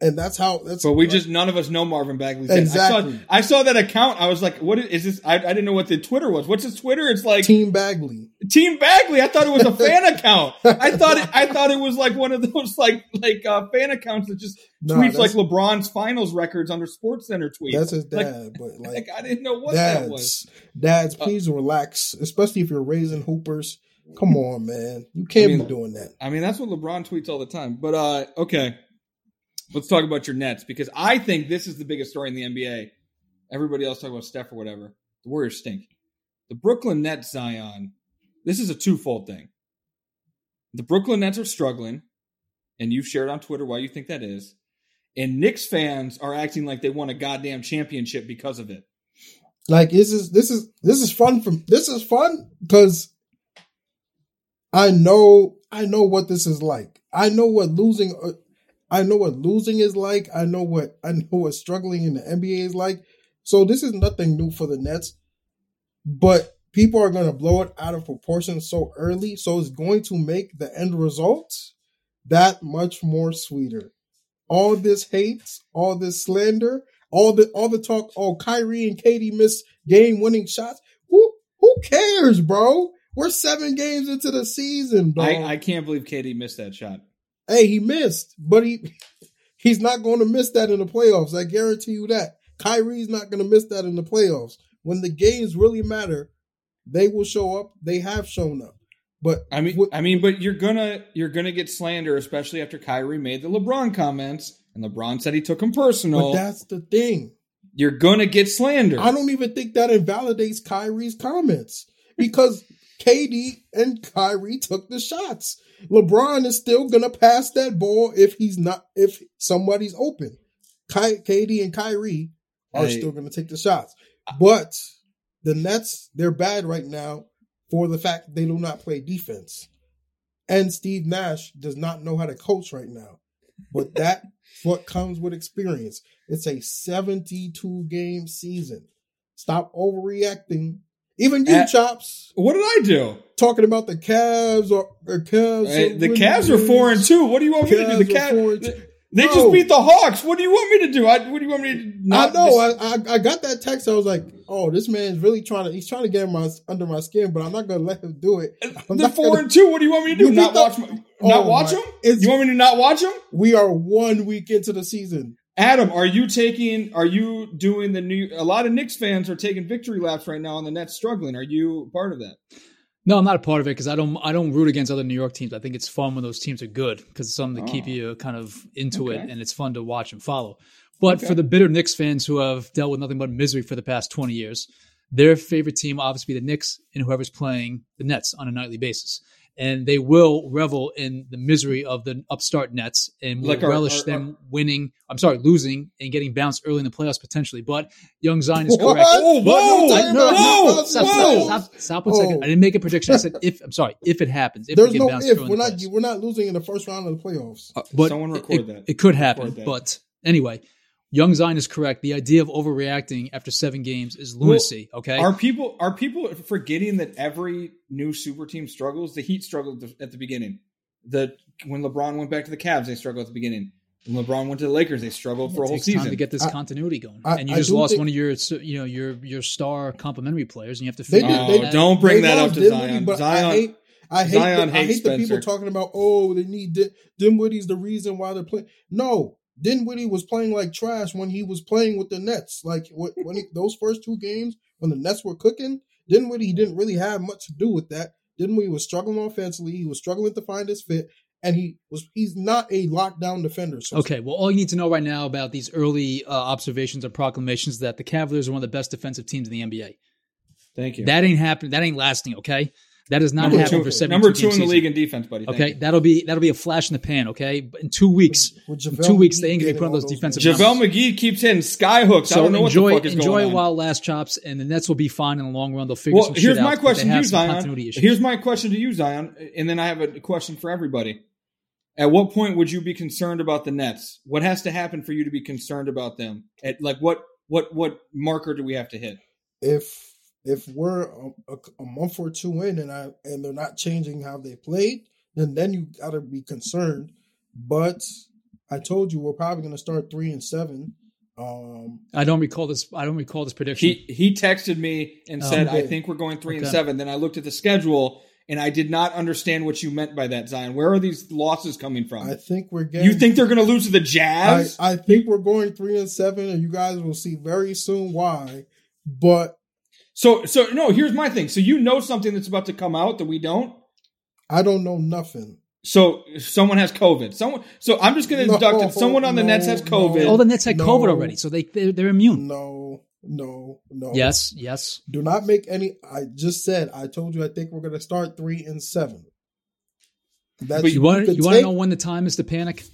and that's how. That's
But we just none of us know Marvin Bagley.
Exactly.
I saw, I saw that account. I was like, "What is, is this?" I, I didn't know what the Twitter was. What's his Twitter? It's like Team,
Team Bagley.
Bagley. I thought it was a fan account. I thought it, I thought it was like one of those like like uh, fan accounts that just
Nah,
tweets like
that's-
LeBron's finals records under Sports Center tweets.
That's his
Like-
dad, but like
Like, I didn't know what that was. Uh,
dads, dads, please relax, especially if you're raising hoopers. Come on, man, you can't
I mean-
be doing that.
I mean, that's what LeBron tweets all the time. But uh, okay, let's talk about your Nets because I think this is the biggest story in the NBA. Everybody else talk about Steph or whatever. The Warriors stink. The Brooklyn Nets, Zion. This is a twofold thing. The Brooklyn Nets are struggling, and you've shared on Twitter why you think that is. And Knicks fans are acting like they won a goddamn championship because of it.
Like this is this is this is fun from this is fun because I know I know what this is like. I know what losing uh, I know what losing is like. I know what I know what struggling in the NBA is like. So this is nothing new for the Nets. But people are going to blow it out of proportion so early, so it's going to make the end result that much more sweeter. All this hate, all this slander, all the all the talk. Oh, Kyrie and Katie missed game winning shots. Who who cares, bro? We're seven games into the season, dog.
I, I can't believe KD missed that shot.
Hey, he missed, but he he's not going to miss that in the playoffs. I guarantee you that. Kyrie's not going to miss that in the playoffs. When the games really matter, they will show up. They have shown up. But
I mean,
What-
I mean, but you're gonna you're gonna get slander, especially after Kyrie made the LeBron comments, and LeBron said he took him
but
personal.
that's the thing.
You're gonna get slander.
I don't even think that invalidates Kyrie's comments because KD and Kyrie took the shots. LeBron is still gonna pass that ball if he's not if somebody's open. Ky- KD and Kyrie are
I-
still gonna take the shots, but the Nets they're bad right now for the fact that they do not play defense, and Steve Nash does not know how to coach right now. But that's what comes with experience. It's a 72 game season. Stop overreacting. Even you,
At-
Chops,
What did I do?
talking about the Cavs or, or Cavs.
Hey,
or
the
winning
Cavs are four and
games.
two. What do you want me to do? The
Cavs are four
Cavs
and two.
they
No.
just beat the Hawks. What do you want me to do? I, what do you want me to?
I
Not
know. I, I I got that text. I was like, "Oh, this man's really trying to. He's trying to get in my under my skin, but I'm not gonna let him do it." I'm
the
not
four
gonna-
and two. What do you want me to do?
You
Not
beat the-
watch? My, not
Oh
watch
my-
them?
It's-
You want me to not watch them?
we are one week into the season.
Adam, are you taking? Are you doing the new? A lot of Knicks fans are taking victory laps right now, and the Nets struggling. Are you part of that?
No, I'm not a part of it because I don't. I don't root against other New York teams. I think it's fun when those teams are good because it's something to keep
Oh.
you kind of into
Okay.
it, and it's fun to watch and follow. But
Okay.
for the bitter Knicks fans who have dealt with nothing but misery for the past 20 years, their favorite team will obviously be the Knicks and whoever's playing the Nets on a nightly basis, and they will revel in the misery of the upstart Nets and will
Like our-
relish
our-
them winning. I'm sorry, losing and getting bounced early in the playoffs potentially. But Young Zion is
What?
correct.
Whoa, whoa,
What? You're talking
whoa,
about
whoa.
Stop,
Nets
stop,
Bulls?
stop, stop one
Oh.
second. I didn't make a prediction. I said if. I'm sorry. If it happens, if
There's
they get
no
bounced
if
through in
we're
the
not
playoffs.
we're not losing in the first round of the playoffs.
But
Uh, Someone
it-
record
it,
that.
It could happen,
Record that.
but anyway, Young Zion is correct. The idea of overreacting after seven games is lunacy. okay,
Are people are people forgetting that every new super team struggles? The Heat struggled at the beginning. The when LeBron went back to the Cavs, they struggled at the beginning. When LeBron went to the Lakers, they struggled for a
it
whole
takes
season.
time to get this
I-
continuity going,
I-
and you
I
just
do
lost
think-
one of your so- you know your your star complementary players, and you have to
They
figure
did-
out
oh,
they-
that.
don't bring
They
that up
lost
to
Dinwiddie,
Zion.
but
Zion.
I hate, I hate,
Zion
the, I
hates
hate the people
Spencer.
talking about, oh, they need Din- Dinwiddie's the reason why they're playing. No, Dinwiddie was playing like trash when he was playing with the Nets. Like when, when he- those first two games when the Nets were cooking, Dinwiddie didn't really have much to do with that. Dinwiddie was struggling offensively. He was struggling to find his fit, and he was he's not a lockdown defender. So
Okay, well, all you need to know right now about these early uh, observations or proclamations that the Cavaliers are one of the best defensive teams in the NBA.
Thank you.
That ain't happening. That ain't lasting. Okay, that is not
number
happening
two,
for seven.
number two in the league in defense, buddy. Thank
Okay,
you.
that'll be that'll be a flash in the pan. Okay, But in two weeks,
with
in
JaVale
two weeks,
McGee
they ain't gonna be
getting
putting
all
those
those
defensive
numbers.
JaVale McGee keeps hitting sky hooks. I
So
don't know what
enjoy
the fuck is
enjoy
going on.
wild last chops, and the Nets will be fine in the long run. They'll figure
Well,
some
here's
shit
my
out, but
question to
they
you,
have some
Zion.
Continuity issues.
Here's my question to you, Zion, and then I have a question for everybody. At what point would you be concerned about the Nets? What has to happen for you to be concerned about them? At like what What what marker do we have to hit?
If if we're a, a, a month or two in and I and they're not changing how they played, then then you got to be concerned. But I told you we're probably going to start three and seven. Um,
I don't recall this. I don't recall this prediction.
He he texted me and
Oh,
said,
okay.
"I think we're going three and
Okay.
seven. Then I looked at the schedule and I did not understand what you meant by that, Zion. Where are these losses coming from?
I think we're getting.
you think they're going to lose to the
I,
Jazz?
I think we're going three and seven, and you guys will see very soon why. But
so so no. Here's my thing. So you know something that's about to come out that we don't.
I don't know nothing.
So someone has COVID. Someone. So I'm just going to
No,
deduct it. Someone on the
no,
Nets has
no.
COVID.
All the Nets had
No.
COVID already, so they they're, they're immune.
No, no, no.
Yes, yes.
Do not make any. I just said. I told you. I think we're going to start three and seven. That's
But you want
could
you want to
take-
know when the time is to panic?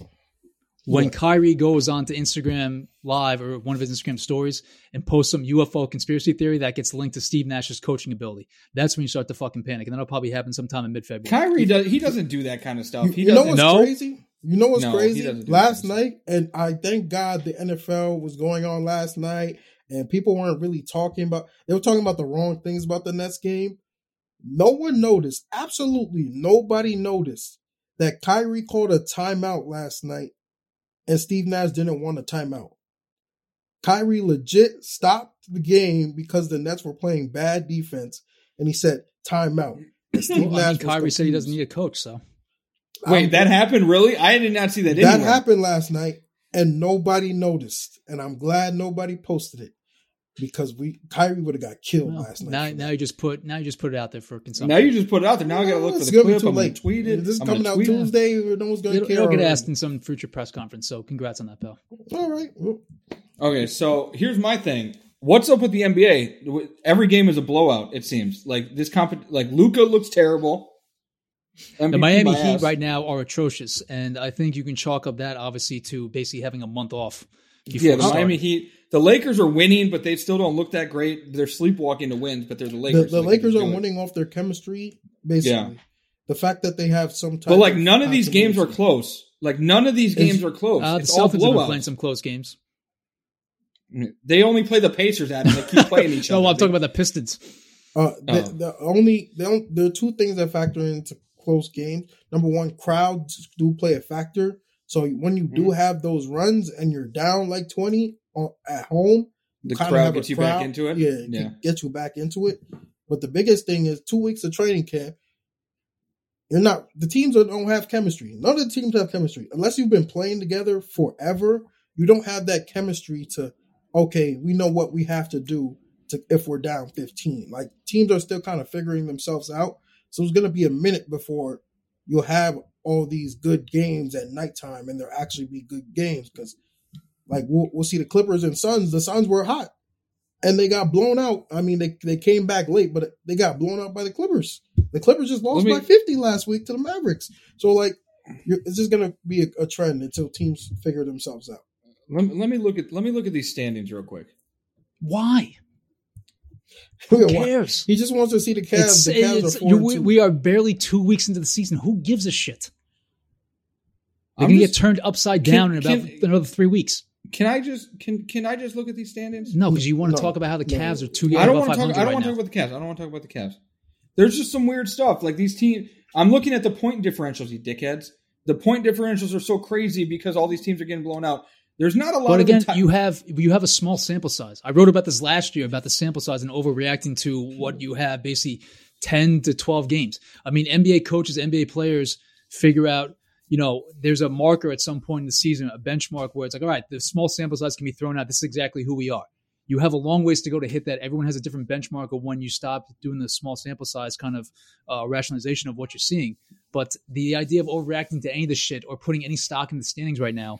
When
What?
Kyrie goes on to Instagram Live or one of his Instagram stories and posts some UFO conspiracy theory that gets linked to Steve Nash's coaching ability, that's when you start to fucking panic, and that'll probably happen sometime in mid-February.
Kyrie does. He doesn't do that kind of stuff.
You,
Uh, He
you know
doesn't.
what's
No.
crazy? You know what's
No, he
crazy?
doesn't do
Last
that.
night, and I thank God the NFL was going on last night, and people weren't really talking about. They were talking about the wrong things about the Nets game. No one noticed. Absolutely nobody noticed that Kyrie called a timeout last night, and Steve Nash didn't want a timeout. Kyrie legit stopped the game because the Nets were playing bad defense, and he said timeout. And Steve
Well, I mean,
was
Kyrie said he
confused.
doesn't need a coach, so
Wait,
I'm-
that happened really? I did not see that.
that
anywhere.
happened last night and nobody noticed and i'm glad nobody posted it because we kyrie would have got killed
well,
last night
now
for
now
that.
you just put now you just put it out there for consumption.
Now you just put it out there. Now I got to look for
it's
the
gonna be
clip.
too
I'm going
late
to tweet it.
this is
I'm
coming
gonna
out
tweet it.
tuesday no one's gonna
it'll,
care
it'll get
already.
asked in some future press conference. So congrats on that, pal.
all right well,
Okay, so here's my thing. What's up with the NBA? Every game is a blowout. It seems like this comp. Like Luca looks terrible.
The
MVP
Miami
my
Heat
ass.
right now are atrocious, and I think you can chalk up that obviously to basically having a month off. Before
Yeah, the
starting.
Miami Heat. The Lakers are winning, but they still don't look that great. They're sleepwalking to wins, but they're the
the,
Lakers.
the
so they can
lakers
do
are
it.
winning off their chemistry basically
Yeah.
the fact that they have some type
But like none of these games are
continuity.
close. Like none of these games
It's-
are close.
Uh, the
it's all
Celtics have been
blowouts.
playing some close games.
They only play the Pacers at, and they keep playing each
no,
other.
I'm talking about the Pistons.
Uh, the,
Oh.
the only the on- there are two things that factor into close games. Number one, crowds do play a factor. So when you
Mm.
do have those runs and you're down like twenty on, at home, you
The
kinda
crowd
have a
gets you back into it?
Yeah, it
Yeah.
can get you back into it. But the biggest thing is two weeks of training camp. You're not the teams that don't have chemistry. None of the teams have chemistry unless you've been playing together forever. You don't have that chemistry to okay, we know what we have to do to if we're down 15. Like teams are still kind of figuring themselves out. So it's going to be a minute before you'll have all these good games at nighttime and they'll actually be good games because like we'll, we'll see the Clippers and Suns. The Suns were hot and they got blown out. I mean, they, they came back late, but they got blown out by the Clippers. The Clippers just lost
me-
by 50 last week to the Mavericks. So like, you're, it's just going to be a, a trend until teams figure themselves out.
Let, me- let me look at let me look at these standings real quick.
Why?
Who
cares?
He just wants to see the Cavs.
It's-
the Cavs
it's-
are four
you-
and
we,
two.
we are barely two weeks into the season. Who gives a shit? They're
I'm
going to
just-
get turned upside
Can-
down in about
can-
another three weeks.
Can I just can can I just look at these standings?
No, because you want
No,
to talk about how the
no.
Cavs are two games
I don't
above
want to
500
talk. I don't
right
want to
now.
talk about the Cavs. I don't want to talk about the Cavs. There's just some weird stuff. Like these teams. I'm looking at the point differentials, you dickheads. The point differentials are so crazy because all these teams are getting blown out. There's not a lot
But
of the
again,
ti-
you have you have a small sample size. I wrote about this last year about the sample size and overreacting to what you have basically ten to twelve games. I mean, NBA coaches, NBA players figure out you know there's a marker at some point in the season, a benchmark where it's like, all right, the small sample size can be thrown out. This is exactly who we are. You have a long ways to go to hit that. Everyone has a different benchmark of when you stop doing the small sample size kind of uh, rationalization of what you're seeing. But the idea of overreacting to any of this shit or putting any stock in the standings right now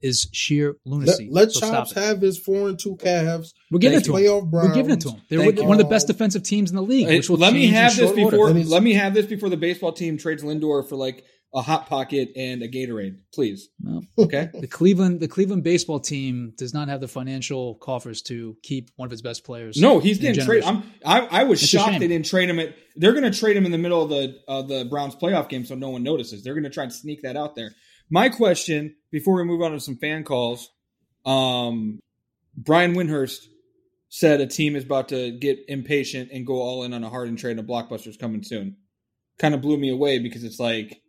is sheer lunacy.
Let, let
So stop
Chops
it.
have his four and two Cavs.
We're giving it to him.
playoff
We're giving it to
Browns.
him. They're
Thank
one of the
you.
best defensive teams in the league.
Hey,
Which will
let me
change in
have this
short
before.
order.
Let me-
Let me have this before the baseball team trades Lindor for like a hot pocket and a Gatorade, please.
No.
Okay.
The Cleveland, the Cleveland baseball team does not have the financial coffers to keep one of its best players.
No, he's
in a
getting traded.
generation.
I'm, I, I was
It's a
shocked
shame.
they didn't trade him. At they're going to trade him in the middle of the uh, the Browns playoff game, so no one notices. They're going to try and sneak that out there. My question before we move on to some fan calls, um, Brian Windhurst said a team is about to get impatient and go all in on a Harden trade and a blockbuster's coming soon. Kind of blew me away because it's like,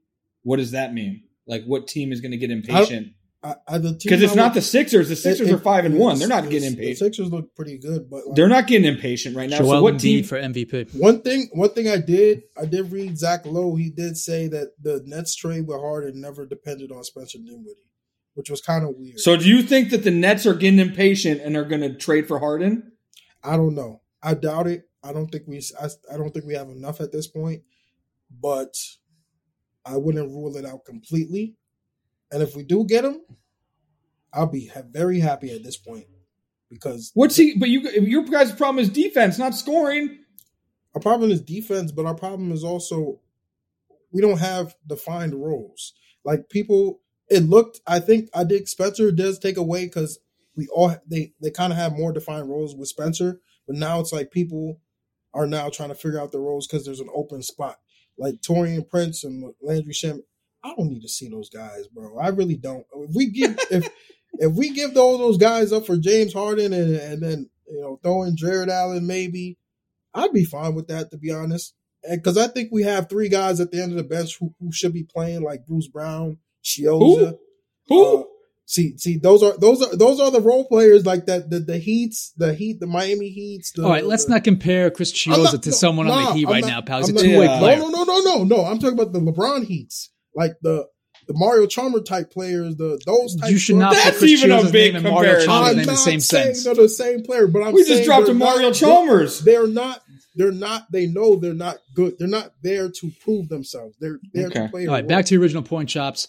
what does that mean? Like, what team is going to get impatient?
I, I, the team
Because it's
I
not
would-
the Sixers. The Sixers
it-
are five and
it-
one. They're not
it's-
getting
The
impatient.
Sixers look pretty good, but like,
They're not getting impatient right now.
Joel
so what
Embiid
team?
for MVP.
One thing, one thing I did, I did read Zach Lowe. He did say that the Nets trade with Harden never depended on Spencer Dinwiddie, which was kind of weird.
So do you think that the Nets are getting impatient and are going to trade for Harden?
I don't know. I doubt it. I don't think we. I, I don't think we have enough at this point, but I wouldn't rule it out completely. And if we do get him, I'll be ha- very happy at this point because
What's he? But you, your guys' problem is defense, not scoring.
our problem is defense, but our problem is also we don't have defined roles. Like people, it looked. I think I did. Spencer does take away because we all they they kind of have more defined roles with Spencer, but now it's like people are now trying to figure out their roles because there's an open spot. Like Torian Prince and Landry Sham. I don't need to see those guys, bro. I really don't. If we give if if we give all those guys up for James Harden and and then you know throw in Jared Allen maybe, I'd be fine with that to be honest. Because I think we have three guys at the end of the bench who, who should be playing like Bruce Brown, Chioza.
Who? Who?
Uh, see, see, those are those are those are the role players like that. The the Heat's, the Heat, the Miami Heat's. The,
All right, let's
the-
not compare Chris
I'm
Chioza
not-
to
no,
someone on
nah,
the Heat
I'm
right
not-
now, pal. He's
I'm
a
not-
two-way
yeah.
player.
No, no, no, no, no, no. I'm talking about the LeBron Heat's, like the the Mario Chalmers type players. The those type
You should not
That's
put Chris
even a
Chioza's
big
name and Mario
comparison.
Chalmers'
I'm
name in the
not
same
saying
sense.
they're the same player, but I'm
we
saying
just dropped a
they're
Mario
not-
Chalmers.
They're not. They're not. They know they're not good. They're not there to prove themselves. They're there
Okay.
to play.
All right, back to your original point, Chops.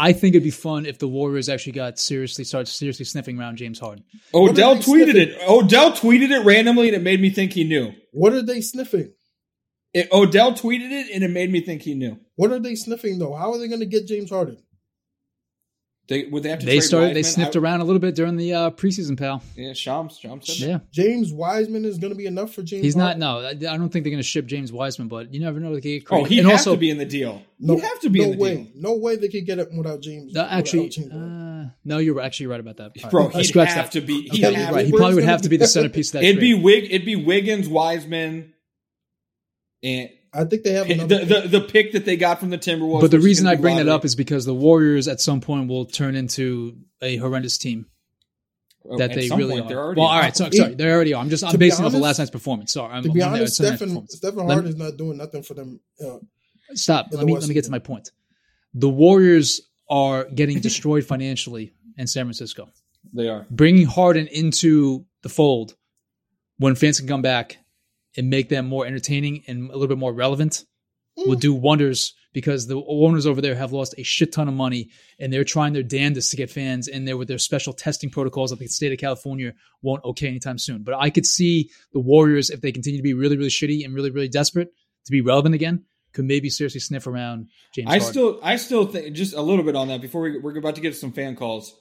I think it'd be fun if the Warriors actually got seriously started seriously sniffing around James Harden.
Odell
What are they
tweeted it. Odell tweeted it randomly, and it made me think he knew.
what are they sniffing?
It, Odell tweeted it, and it made me think he knew.
What are they sniffing though? How are they going to get James Harden?
They would they have to.
They
trade
started. They
Wiseman?
sniffed
I-
around a little bit during the uh, preseason, pal.
Yeah, Shams. Shams said that.
Yeah,
James Wiseman is going to be enough for James.
he's not.
Harden?
No, I I don't think they're going to ship James Wiseman, but you never know. They get
Oh,
creative.
he'd
and
have
also,
to be in the deal.
No,
he'd have to be
no
in the
way.
deal,
No way they could get it without James.
No, actually,
without James Harden.
uh, no, you're actually right about that. All
bro.
right, I
He'd
scratch
have to be. He'd have
Okay, you're right. He
Where's
probably would
gonna
have to
be-
be the centerpiece of that
It'd be
trade.
Wig. It'd be Wiggins, Wiseman, and
I think they have
the,
another.
the the pick that they got from the Timberwolves.
But the
which is
reason
gonna
I
be
bring that
lottery.
up is because the Warriors at some point will turn into a horrendous team
Oh,
that
at
they
some
really
point,
are.
they're
Well,
already-
all right, sorry, sorry, they already are. I'm just I'm
To be
basing it off of
honest-
last night's performance. Sorry, I'm,
to be
I'm on there.
honest,
Sunday night's
Stephen
performance.
Stephen
Let-
Hart is not doing nothing for them. Uh,
Stop.
the
Let me
West
let me get to
either.
my point. The Warriors are getting destroyed financially in San Francisco.
They are.
Bringing Harden into the fold when fans can come back and make them more entertaining and a little bit more relevant will do wonders because the owners over there have lost a shit ton of money and they're trying their damnedest to get fans in there with their special testing protocols that the state of California won't okay anytime soon. But I could see the Warriors, if they continue to be really, really shitty and really, really desperate to be relevant again, could maybe seriously sniff around James
I
Harden.
still, I still think just a little bit on that before we, we're about to get some fan calls.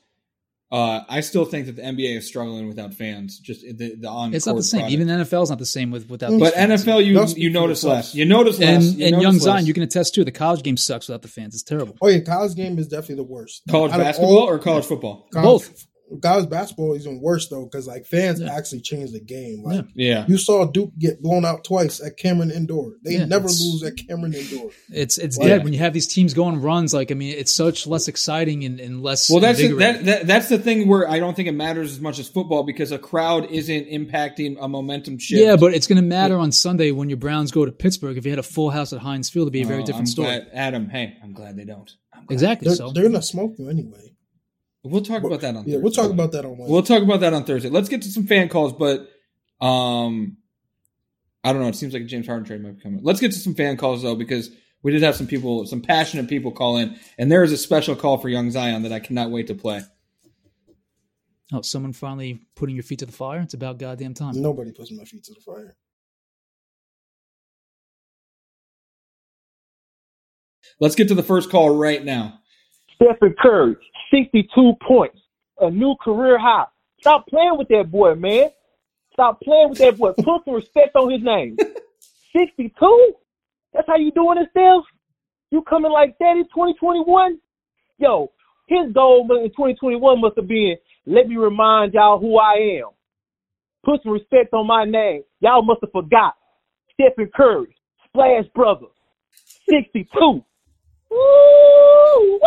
Uh, I still think that the NBA is struggling without fans. Just the, the on.
it's not the same. Even the NFL's not the same with without
Mm.
those
but
fans.
NFL, you
That's-
you notice less. You notice less.
and,
you
and
notice
young
less.
Zion, you can attest too. The college game sucks without the fans. It's terrible.
oh yeah, Kyle's game is definitely the worst.
college
Out of
basketball
all-
or college football.
college-
Both.
College basketball is even worse though because like fans
Yeah.
actually changed the game. Like
Yeah,
you saw Duke get blown out twice at Cameron Indoor. They
Yeah,
never
it's-
lose at Cameron Indoor.
It's it's
Well,
dead
yeah.
when you have these teams going runs. Like I mean, it's such less exciting and, and less.
Well, that's
invigorating.
that, that that's the thing where I don't think it matters as much as football because a crowd isn't impacting a momentum shift.
Yeah, but it's going to matter on Sunday when your Browns go to Pittsburgh. If you had a full house at Heinz Field, it'd be a very
Uh,
different
I'm
story.
Glad, Adam, hey, I'm glad they don't. I'm glad.
Exactly.
They're,
so
they're gonna smoke you anyway.
We'll talk about that on.
Yeah, we'll
Thursday.
talk about that on Wednesday.
We'll talk about that on Thursday. Let's get to some fan calls, but um, I don't know. It seems like a James Harden trade might be coming. Let's get to some fan calls though, because we did have some people, some passionate people call in, and there is a special call for Young Zion that I cannot wait to play.
oh, someone finally putting your feet to the fire. It's about goddamn time.
Nobody puts my feet to the fire.
Let's get to the first call right now.
Stephen Curry, 62 points, a new career high. Stop playing with that boy, man. Stop playing with that boy. Put some respect on his name. 62? That's how you doing it, Steph? You coming like that in 2021? Yo, his goal in 2021 must have been Let me remind y'all who I am. Put some respect on my name. Y'all must have forgot. Stephen Curry, Splash Brother, 62. Woo!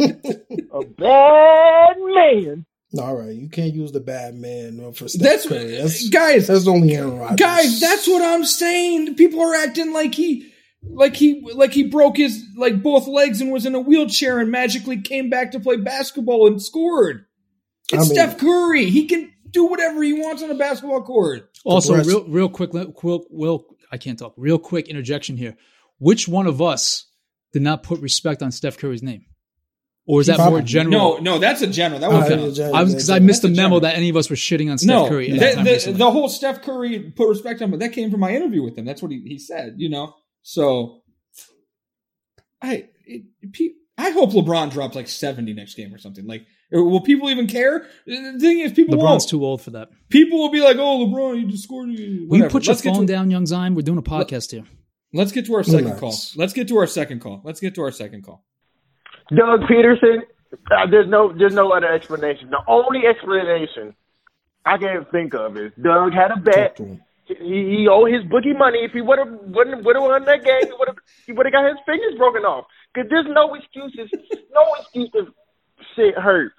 A bad man.
All right, you can't use the bad man uh, for Steph
That's
Curry. That's,
guys.
that's only Aaron Rodgers.
Guys, that's what I'm saying. People are acting like he, like he, like he broke his like both legs and was in a wheelchair and magically came back to play basketball and scored. It's
I mean-
Steph Curry. He can do whatever he wants on a basketball court.
Also,
breast-
real, real quick, real, real, I can't talk. Real quick interjection here. Which one of us did not put respect on Steph Curry's name, or is that
Probably-
more general?
No, no, that's a general. That
Uh,
was
yeah,
a-
yeah,
I was
yeah,
because
yeah.
I missed the
That's a
memo
general.
that any of us were shitting on Steph
no.
Curry.
that-
at that time
the,
recently.
the whole Steph Curry put respect on, but that came from my interview with him. That's what he, he said. You know, so I it, pe- I hope LeBron drops like seventy next game or something. Like, uh, will people even care? Uh, The the thing is, people
LeBron's
won't.
too old for that.
people will be like, "Oh, LeBron, you just scored." You
Will you
whatever.
put your
Let's get
phone
to-
down, young Zion? We're doing a podcast here.
Let's get to our second
Relax.
call. Let's get to our second call. Let's get to our second call.
Doug Peterson. Uh, there's no, there's no other explanation. The only explanation I can think of is Doug had a
Talk
bet.
to him.
He, he owed his bookie money. If he would have, wouldn't, would have won that game, he would have, he would have got his fingers broken off. Cause there's no excuses, no excuse if shit hurts.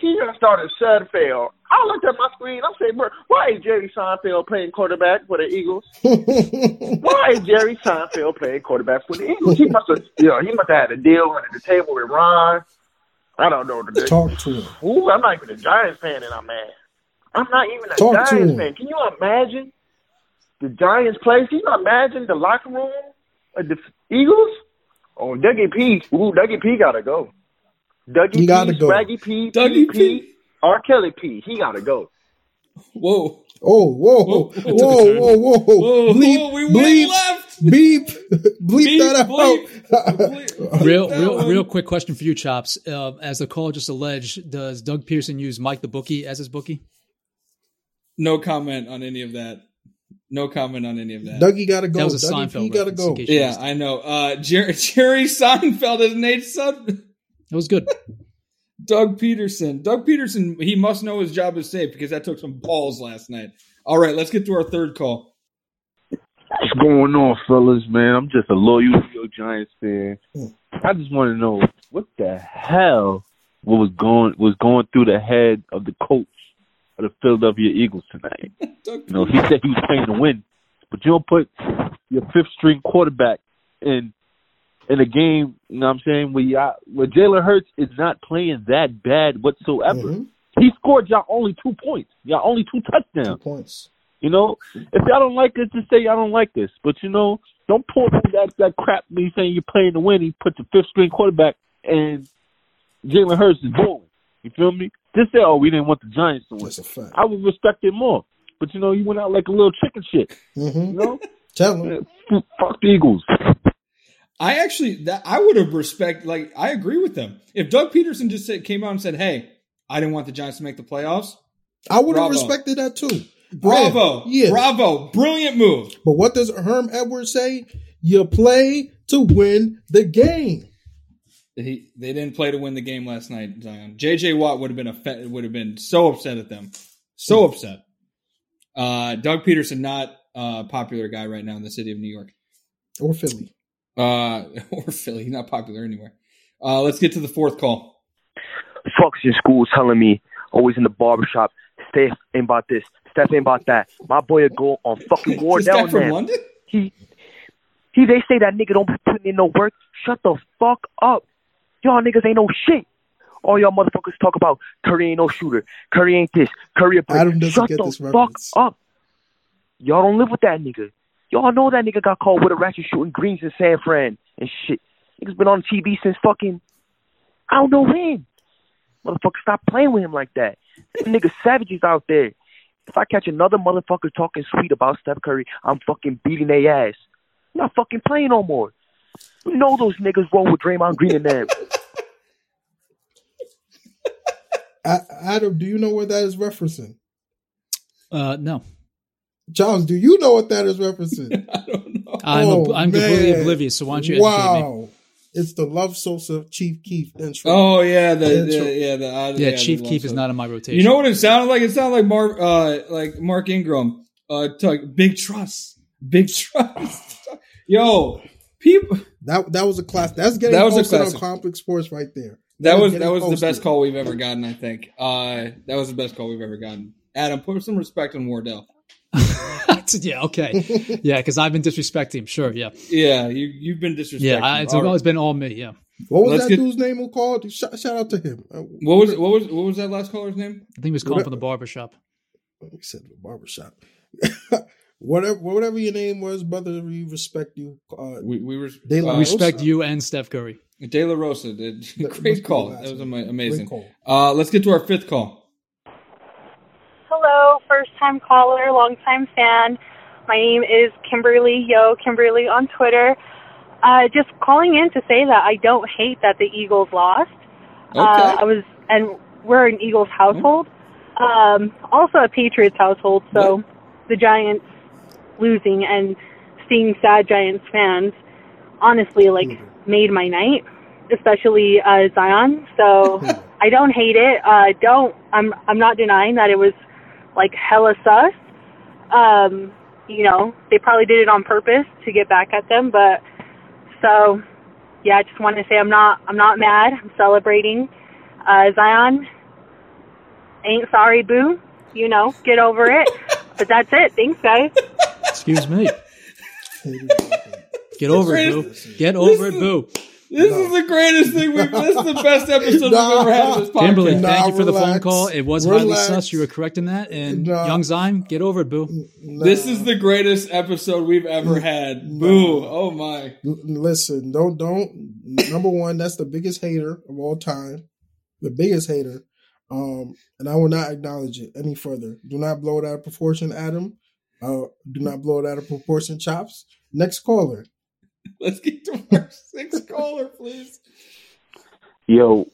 He done started Sudfeld. I looked at my screen. I said, "Bro, why is Jerry Seinfeld playing quarterback for the Eagles?" Why is Jerry Seinfeld playing quarterback for the Eagles? He must have, you know, he must have had a deal under the table with Ron. I don't know. The,
Talk to him.
Ooh, I'm not even a Giants fan, and I'm mad. I'm not even a
Talk to
Giants
him.
fan. Can you imagine the Giants' place? Can you imagine the locker room of the Eagles? Oh, Dougie P. Ooh, Dougie P. Gotta go. Dougie
He
P.
gotta go.
Swaggy P.
Dougie
Dougie P. R. Kelly P. He gotta go.
Whoa,
Oh, whoa, whoa,
That took a
whoa,
turn.
whoa, whoa,
whoa,
Bleep,
whoa, we went
bleep,
left.
beep, bleep, that
Bleep,
out.
bleep.
Real,
That
real,
one.
real quick question for you, Chops. Uh, as the caller just alleged, does Doug Pearson use Mike the Bookie as his bookie?
No comment on any of that. No comment on any of that.
Dougie gotta go.
That was a
Dougie
Seinfeld.
P gotta
reference, in
go.
case you
yeah,
missed it.
I know. Uh, Jer- Jerry Seinfeld is Nate Sud.
that was good.
Doug Peterson. Doug Peterson. He must know his job is safe because that took some balls last night. All right, let's get to our third call.
What's going on, fellas, man? I'm just a loyal New York Giants fan. I just want to know what the hell was going was going through the head of the coach of the Philadelphia Eagles tonight.
Doug
You know, he said he was playing to win, but you don't put your fifth string quarterback in in a game. You know what I'm saying? Where, y'all, where Jalen Hurts is not playing that bad whatsoever.
Mhm.
He scored y'all only two points, y'all only two
Two
touchdowns.
points.
You know, if y'all don't like this, just say y'all don't like this. But you know, don't pull through that that crap. Me saying you're playing to win. You put the fifth string quarterback and Jalen Hurts is balling. You feel me? Just say, oh, we didn't want the Giants to win.
That's a fact.
I would respect it more. But you know, you went out like a little chicken shit.
hmm
You know,
Tell him.
Man, f- fuck the Eagles.
I actually that I would have respect like I agree with them. If Doug Peterson just said, came out and said, "Hey, I didn't want the Giants to make the playoffs."
I would have
Bravo.
respected that too.
Bravo.
Man, yeah.
Bravo. Brilliant move.
But what does Herm Edwards say? You play to win the game.
He, they didn't play to win the game last night, Zion. JJ Watt would have been a fe- would have been so upset at them. So
Hmm.
upset. Uh, Doug Peterson not a popular guy right now in the city of New York.
Or Philly.
Uh, or Philly, he's not popular anywhere. Uh, let's get to the fourth call.
fucks in school telling me always in the barbershop, Steph ain't about this, Steph ain't about that. My boy go on fucking war
This guy
down
from
there.
London?
He he they say that nigga don't be putting in no work. Shut the fuck up. Y'all niggas ain't no shit. All y'all motherfuckers talk about Curry ain't no shooter. Curry ain't this. Curry a
Adam doesn't
Shut
get
the
this
fuck
reference.
up. Y'all don't live with that nigga. Y'all know that nigga got caught with a ratchet shooting greens in San Fran and shit. Nigga's been on TV since fucking I don't know when. Motherfucker, stop playing with him like that. Them niggas savages out there. If I catch another motherfucker talking sweet about Steph Curry, I'm fucking beating their ass. I'm not fucking playing no more. You know those niggas roll with Draymond Green and them.
A- Adam, do you know what that is referencing?
Uh, no,
Charles, do you know what that is referencing?
I don't know.
I'm
Oh,
I'm
man.
completely oblivious. So why don't you educate me?
Wow. It's the Love Sosa Chief Keef intro.
Oh yeah, the,
Yeah,
the-
sure.
yeah, the, uh,
Yeah,
the
Chief
long
Keef is
stuff.
not in my rotation.
You know what it sounded like? It sounded like Mark, uh, like Mark Ingram, uh, to, like, big trust, big trust. Yo, people,
That that was a class. That's getting
That was a
posted on
classic.
Complex Sports right there.
that was
getting
that was the
posted.
best call we've ever gotten. I think uh, that was the best call we've ever gotten. Adam, put some respect on Wardell.
yeah, okay, yeah, because I've been disrespecting him. Sure, yeah,
Yeah, you you've been disrespected.
yeah. I, it's
All right.
always been all me. Yeah,
What was
Let's
that
get-
dude's name who called? Shout, shout out to him. Uh,
What was what was what was that last caller's name?
I think he was calling from the barbershop.
he said the barbershop. whatever whatever your name was, brother, we respect you. Uh,
We we were
De La
uh,
Rosa.
Respect you and Steph Curry.
De La Rosa. Did
must be
great call.
the last
That was
one.
ama-
great
amazing.
call.
Uh, let's get to our fifth call.
Hello, first time caller, long time fan. My name is Kimberly Yo, Kimberly on Twitter. Uh, just calling in to say that I don't hate that the Eagles lost.
Okay.
Uh, I was, and we're an Eagles household, um, also a Patriots household. So the Giants losing and seeing sad Giants fans honestly like made my night, especially uh, Zion. So I don't hate it. Uh, don't I'm I'm not denying that it was like hella sus. Um, you know they probably did it on purpose to get back at them, but so yeah, I just want to say I'm not I'm not mad. I'm celebrating. Uh, Zion ain't sorry, boo. You know, get over it. but that's it. Thanks, guys.
Excuse me. Get over it, boo. Get over it, boo.
This is the greatest thing we've. This is the best episode
Nah.
we've ever had of this podcast.
Kimberly,
Nah,
thank you for the phone
relax.
call. It was
Relax.
highly sus. You were correct in that. And
Nah.
Young Zyme, get over it, boo.
Nah,
This is the greatest episode we've ever had. Boo! Oh my.
l- listen. Don't don't. Number one, that's the biggest hater of all time, the biggest hater. Um, and I will not acknowledge it any further. Do not blow it out of proportion, Adam. Uh, do not blow it out of proportion, chops. Next caller.
Let's get to our sixth caller, please.
Yo,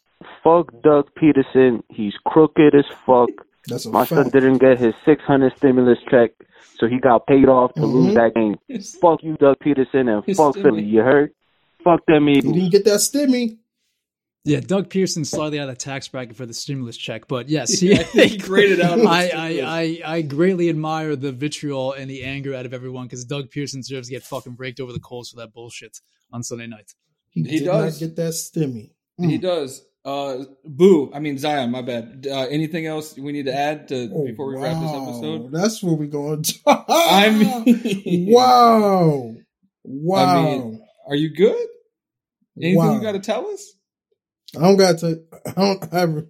fuck Doug Peterson. He's crooked as fuck.
That's a
My son
fact.
didn't get his 600 stimulus check, so he got paid off to lose that game. Fuck you, Doug Peterson, and
His
fuck
stimmy.
Philly. You heard? Fuck them
He
Eagles.
didn't get that stimmy.
Yeah, Doug Pearson's slightly out of the tax bracket for the stimulus check, but yes, he,
Yeah, he graded out. on
I,
this too.
I, I, I greatly admire the vitriol and the anger out of everyone because Doug Pearson deserves to get fucking raked over the coals for that bullshit on Sunday night.
He,
He
did
does.
not get that stimmy.
He does. Uh, boo! I mean Zion. My bad. Uh, anything else we need to add to
Oh,
before we wrap this episode?
That's where we going. To.
I mean,
wow, wow. I,
I mean, are you good? Anything
Wow.
you got to tell us?
don't got to. I don't ever.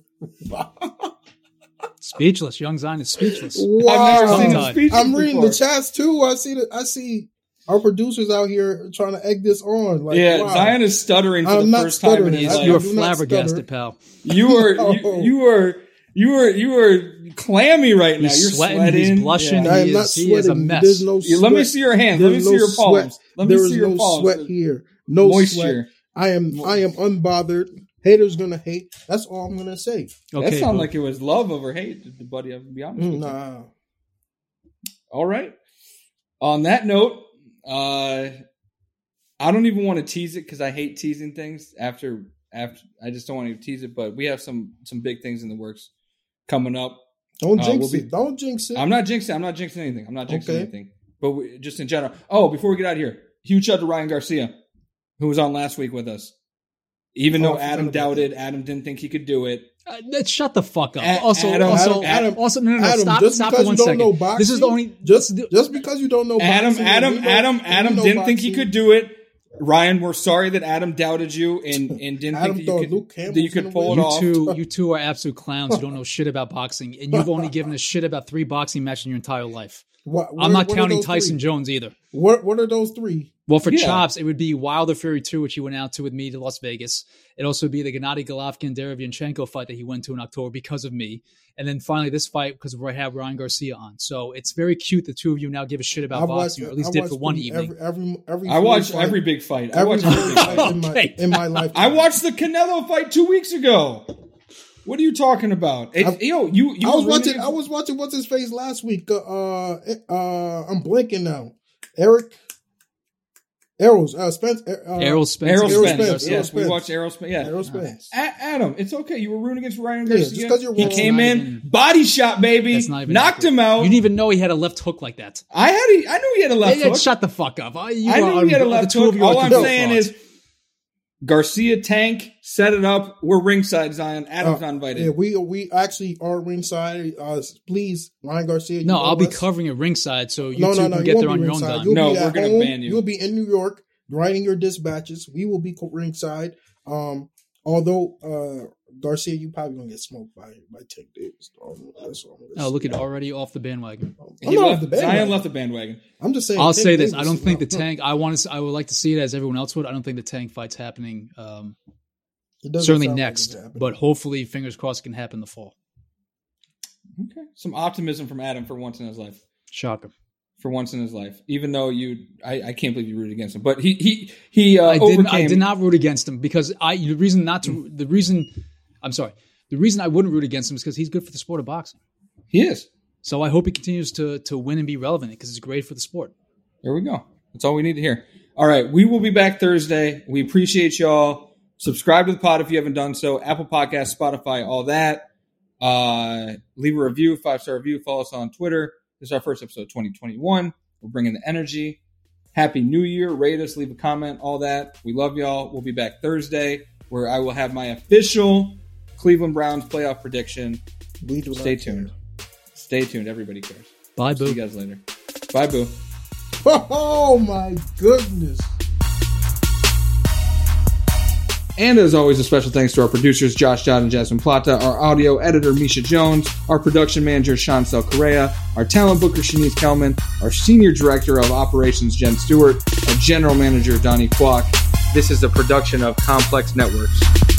Speechless. Young Zion is speechless.
I've never seen him
Wow.
Tongue-tied.
speechless
I'm reading
before.
the chats too. I see. The, I see our producers out here trying to egg this on. Like,
yeah,
wow.
Zion is stuttering for
I'm
the
not
first time in
stuttering.
his
I-
life.
You are
do not stutter.
flabbergasted, pal.
You are
No.
you, you are you are you are clammy right now.
He's
You're
sweating,
sweating.
he's blushing.
Yeah.
I
He
am not
is- he
sweating.
is a mess.
There's no
Yeah,
sweat.
let me see your hands. Let me
There's
see
no
your palms.
sweat.
Let me
There is
see your
no
palms.
sweat here. No sweat.
Moisture.
I am. I am unbothered. Haters gonna hate. That's all I'm gonna say.
Okay,
that sounds
boo.
like it was love over hate, buddy. I'll be honest. with you.
Hmm, Nah.
All right. On that note, uh, I don't even want to tease it because I hate teasing things. After after, I just don't want to tease it. But we have some some big things in the works coming up.
Don't
Uh,
jinx
we'll be-
it. Don't jinx it.
I'm not jinxing. I'm not jinxing anything. I'm not jinxing
Okay.
anything. But we, just in general. Oh, before we get out of here, huge shout out to Ryan Garcia, who was on last week with us. Even
Oh, I
though
forgot
Adam
about
doubted, Adam didn't think he could do it.
Uh, that- shut the fuck up.
A-
also,
Adam,
also,
Adam, Adam,
also, no, no, no.
Adam,
stop,
just
stop for
because
one
you don't
second.
know boxing,
this is the only.
just
this is the-
just because you don't know
Adam,
boxing, and
Adam,
we know-
Adam,
and we
Adam
know
didn't think he
boxing,
could do it. Ryan, we're sorry that Adam doubted you and, and didn't
Adam
think that
thought
you,
Luke
could,
Campbell's
that you could
gonna
pull
win.
it off.
You two, you two are absolute clowns. You don't know shit about boxing, and you've only given a shit about three boxing matches in your entire life.
What- what-
I'm not
what are
counting
those
Tyson
three?
Jones either.
What What are those three?
Well, for
Yeah.
chops, it would be Wilder Fury 2, which he went out to with me to Las Vegas. It also would be the Gennady Golovkin Derevyanchenko fight that he went to in October because of me. And then finally this fight because we have Ryan Garcia on. So it's very cute the two of you now give a shit about boxing, or at least
I
did
watched
for one
pretty-
evening.
Every, every, every
I watched
fight-
every big fight. I
every
watched every big
fight
fight.
in my
Okay.
in my lifetime.
I watched the Canelo fight two weeks ago. What are you talking about? It,
I-
yo, you, you
I was
were
watching.
ruining-
I was watching. What's his face last week? Uh, uh, uh, I'm blanking now. Eric Errol's uh, Spence. Er, uh,
Errol Spence.
Errol
Errol
Spence.
Spence,
Yeah,
Errol
we
Spence.
watched Errol Spence. Yeah.
Errol Spence.
A- Adam, it's okay. You were rooting against Ryan
Yeah,
Garcia.
just 'cause you're
he
wrong.
came
That's
in,
not even-
body shot, baby,
That's not even
knocked him
You
out.
didn't even know he had a left hook like that.
I had, a, I knew he had a left
Hey,
hook.
Shut the fuck up. I, you
I
are,
knew he had a left
the two
hook.
of you are
All I'm
complete
saying
frauds.
is Garcia tank set it up. We're ringside, Zion. Adam's
Uh,
not invited.
Uh, Yeah, we we actually are ringside. Uh, please, Ryan Garcia. you
no,
owe
I'll be
us.
covering it ringside, so you
No,
two
no, no.
can
You
get
won't
there
be
on your own
ringside.
dime.
You'll
No,
be at
we're gonna
home.
ban you.
You'll be in New York writing your dispatches. We will be co- ringside. Um, although uh, Garcia, you probably gonna get smoked by by Tank Davis. Um, that's what I'm gonna
Oh, look
say.
at already off the bandwagon.
I'm
He
not
left,
off the
Zion
bandwagon.
left the bandwagon.
I'm just saying.
I'll
Tank
say this:
Davis
I don't
is
think the
not-
tank. I want to. I would like to see it as everyone else would. I don't think the tank fight's happening. Um,
it doesn't
certainly
sound like it's
next,
happening.
but hopefully, fingers crossed, it can happen in the fall.
Okay. Some optimism from Adam for once in his life.
Shocker.
For once in his life, even though you, I, I can't believe you rooted against him, but he he he uh,
I did. I
overcame.
did not root against him because I. The reason not to. The reason. I'm sorry. The reason I wouldn't root against him is because he's good for the sport of boxing.
He is.
So I hope he continues to to win and be relevant because it's great for the sport.
There we go. That's all we need to hear. All right. We will be back Thursday. We appreciate y'all. Subscribe to the pod if you haven't done so. Apple Podcasts, Spotify, all that. Uh, leave a review, five star review. Follow us on Twitter. This is our first episode of 2021. We're bringing the energy. Happy New Year. Rate us, leave a comment, all that. We love y'all. We'll be back Thursday where I will have my official Cleveland Browns playoff prediction.
we do not
Stay
care.
tuned. Stay tuned. Everybody cares.
Bye,
See you
boo.
guys later. Bye, boo.
Oh my goodness.
And as always, a special thanks to our producers, Josh Dodd and Jasmine Plata, our audio editor, Misha Jones, our production manager, Sean Sel Correa, our talent booker, Shanice Kelman, our senior director of operations, Jen Stewart, our general manager, Donnie Kwok. This is a production of Complex Networks.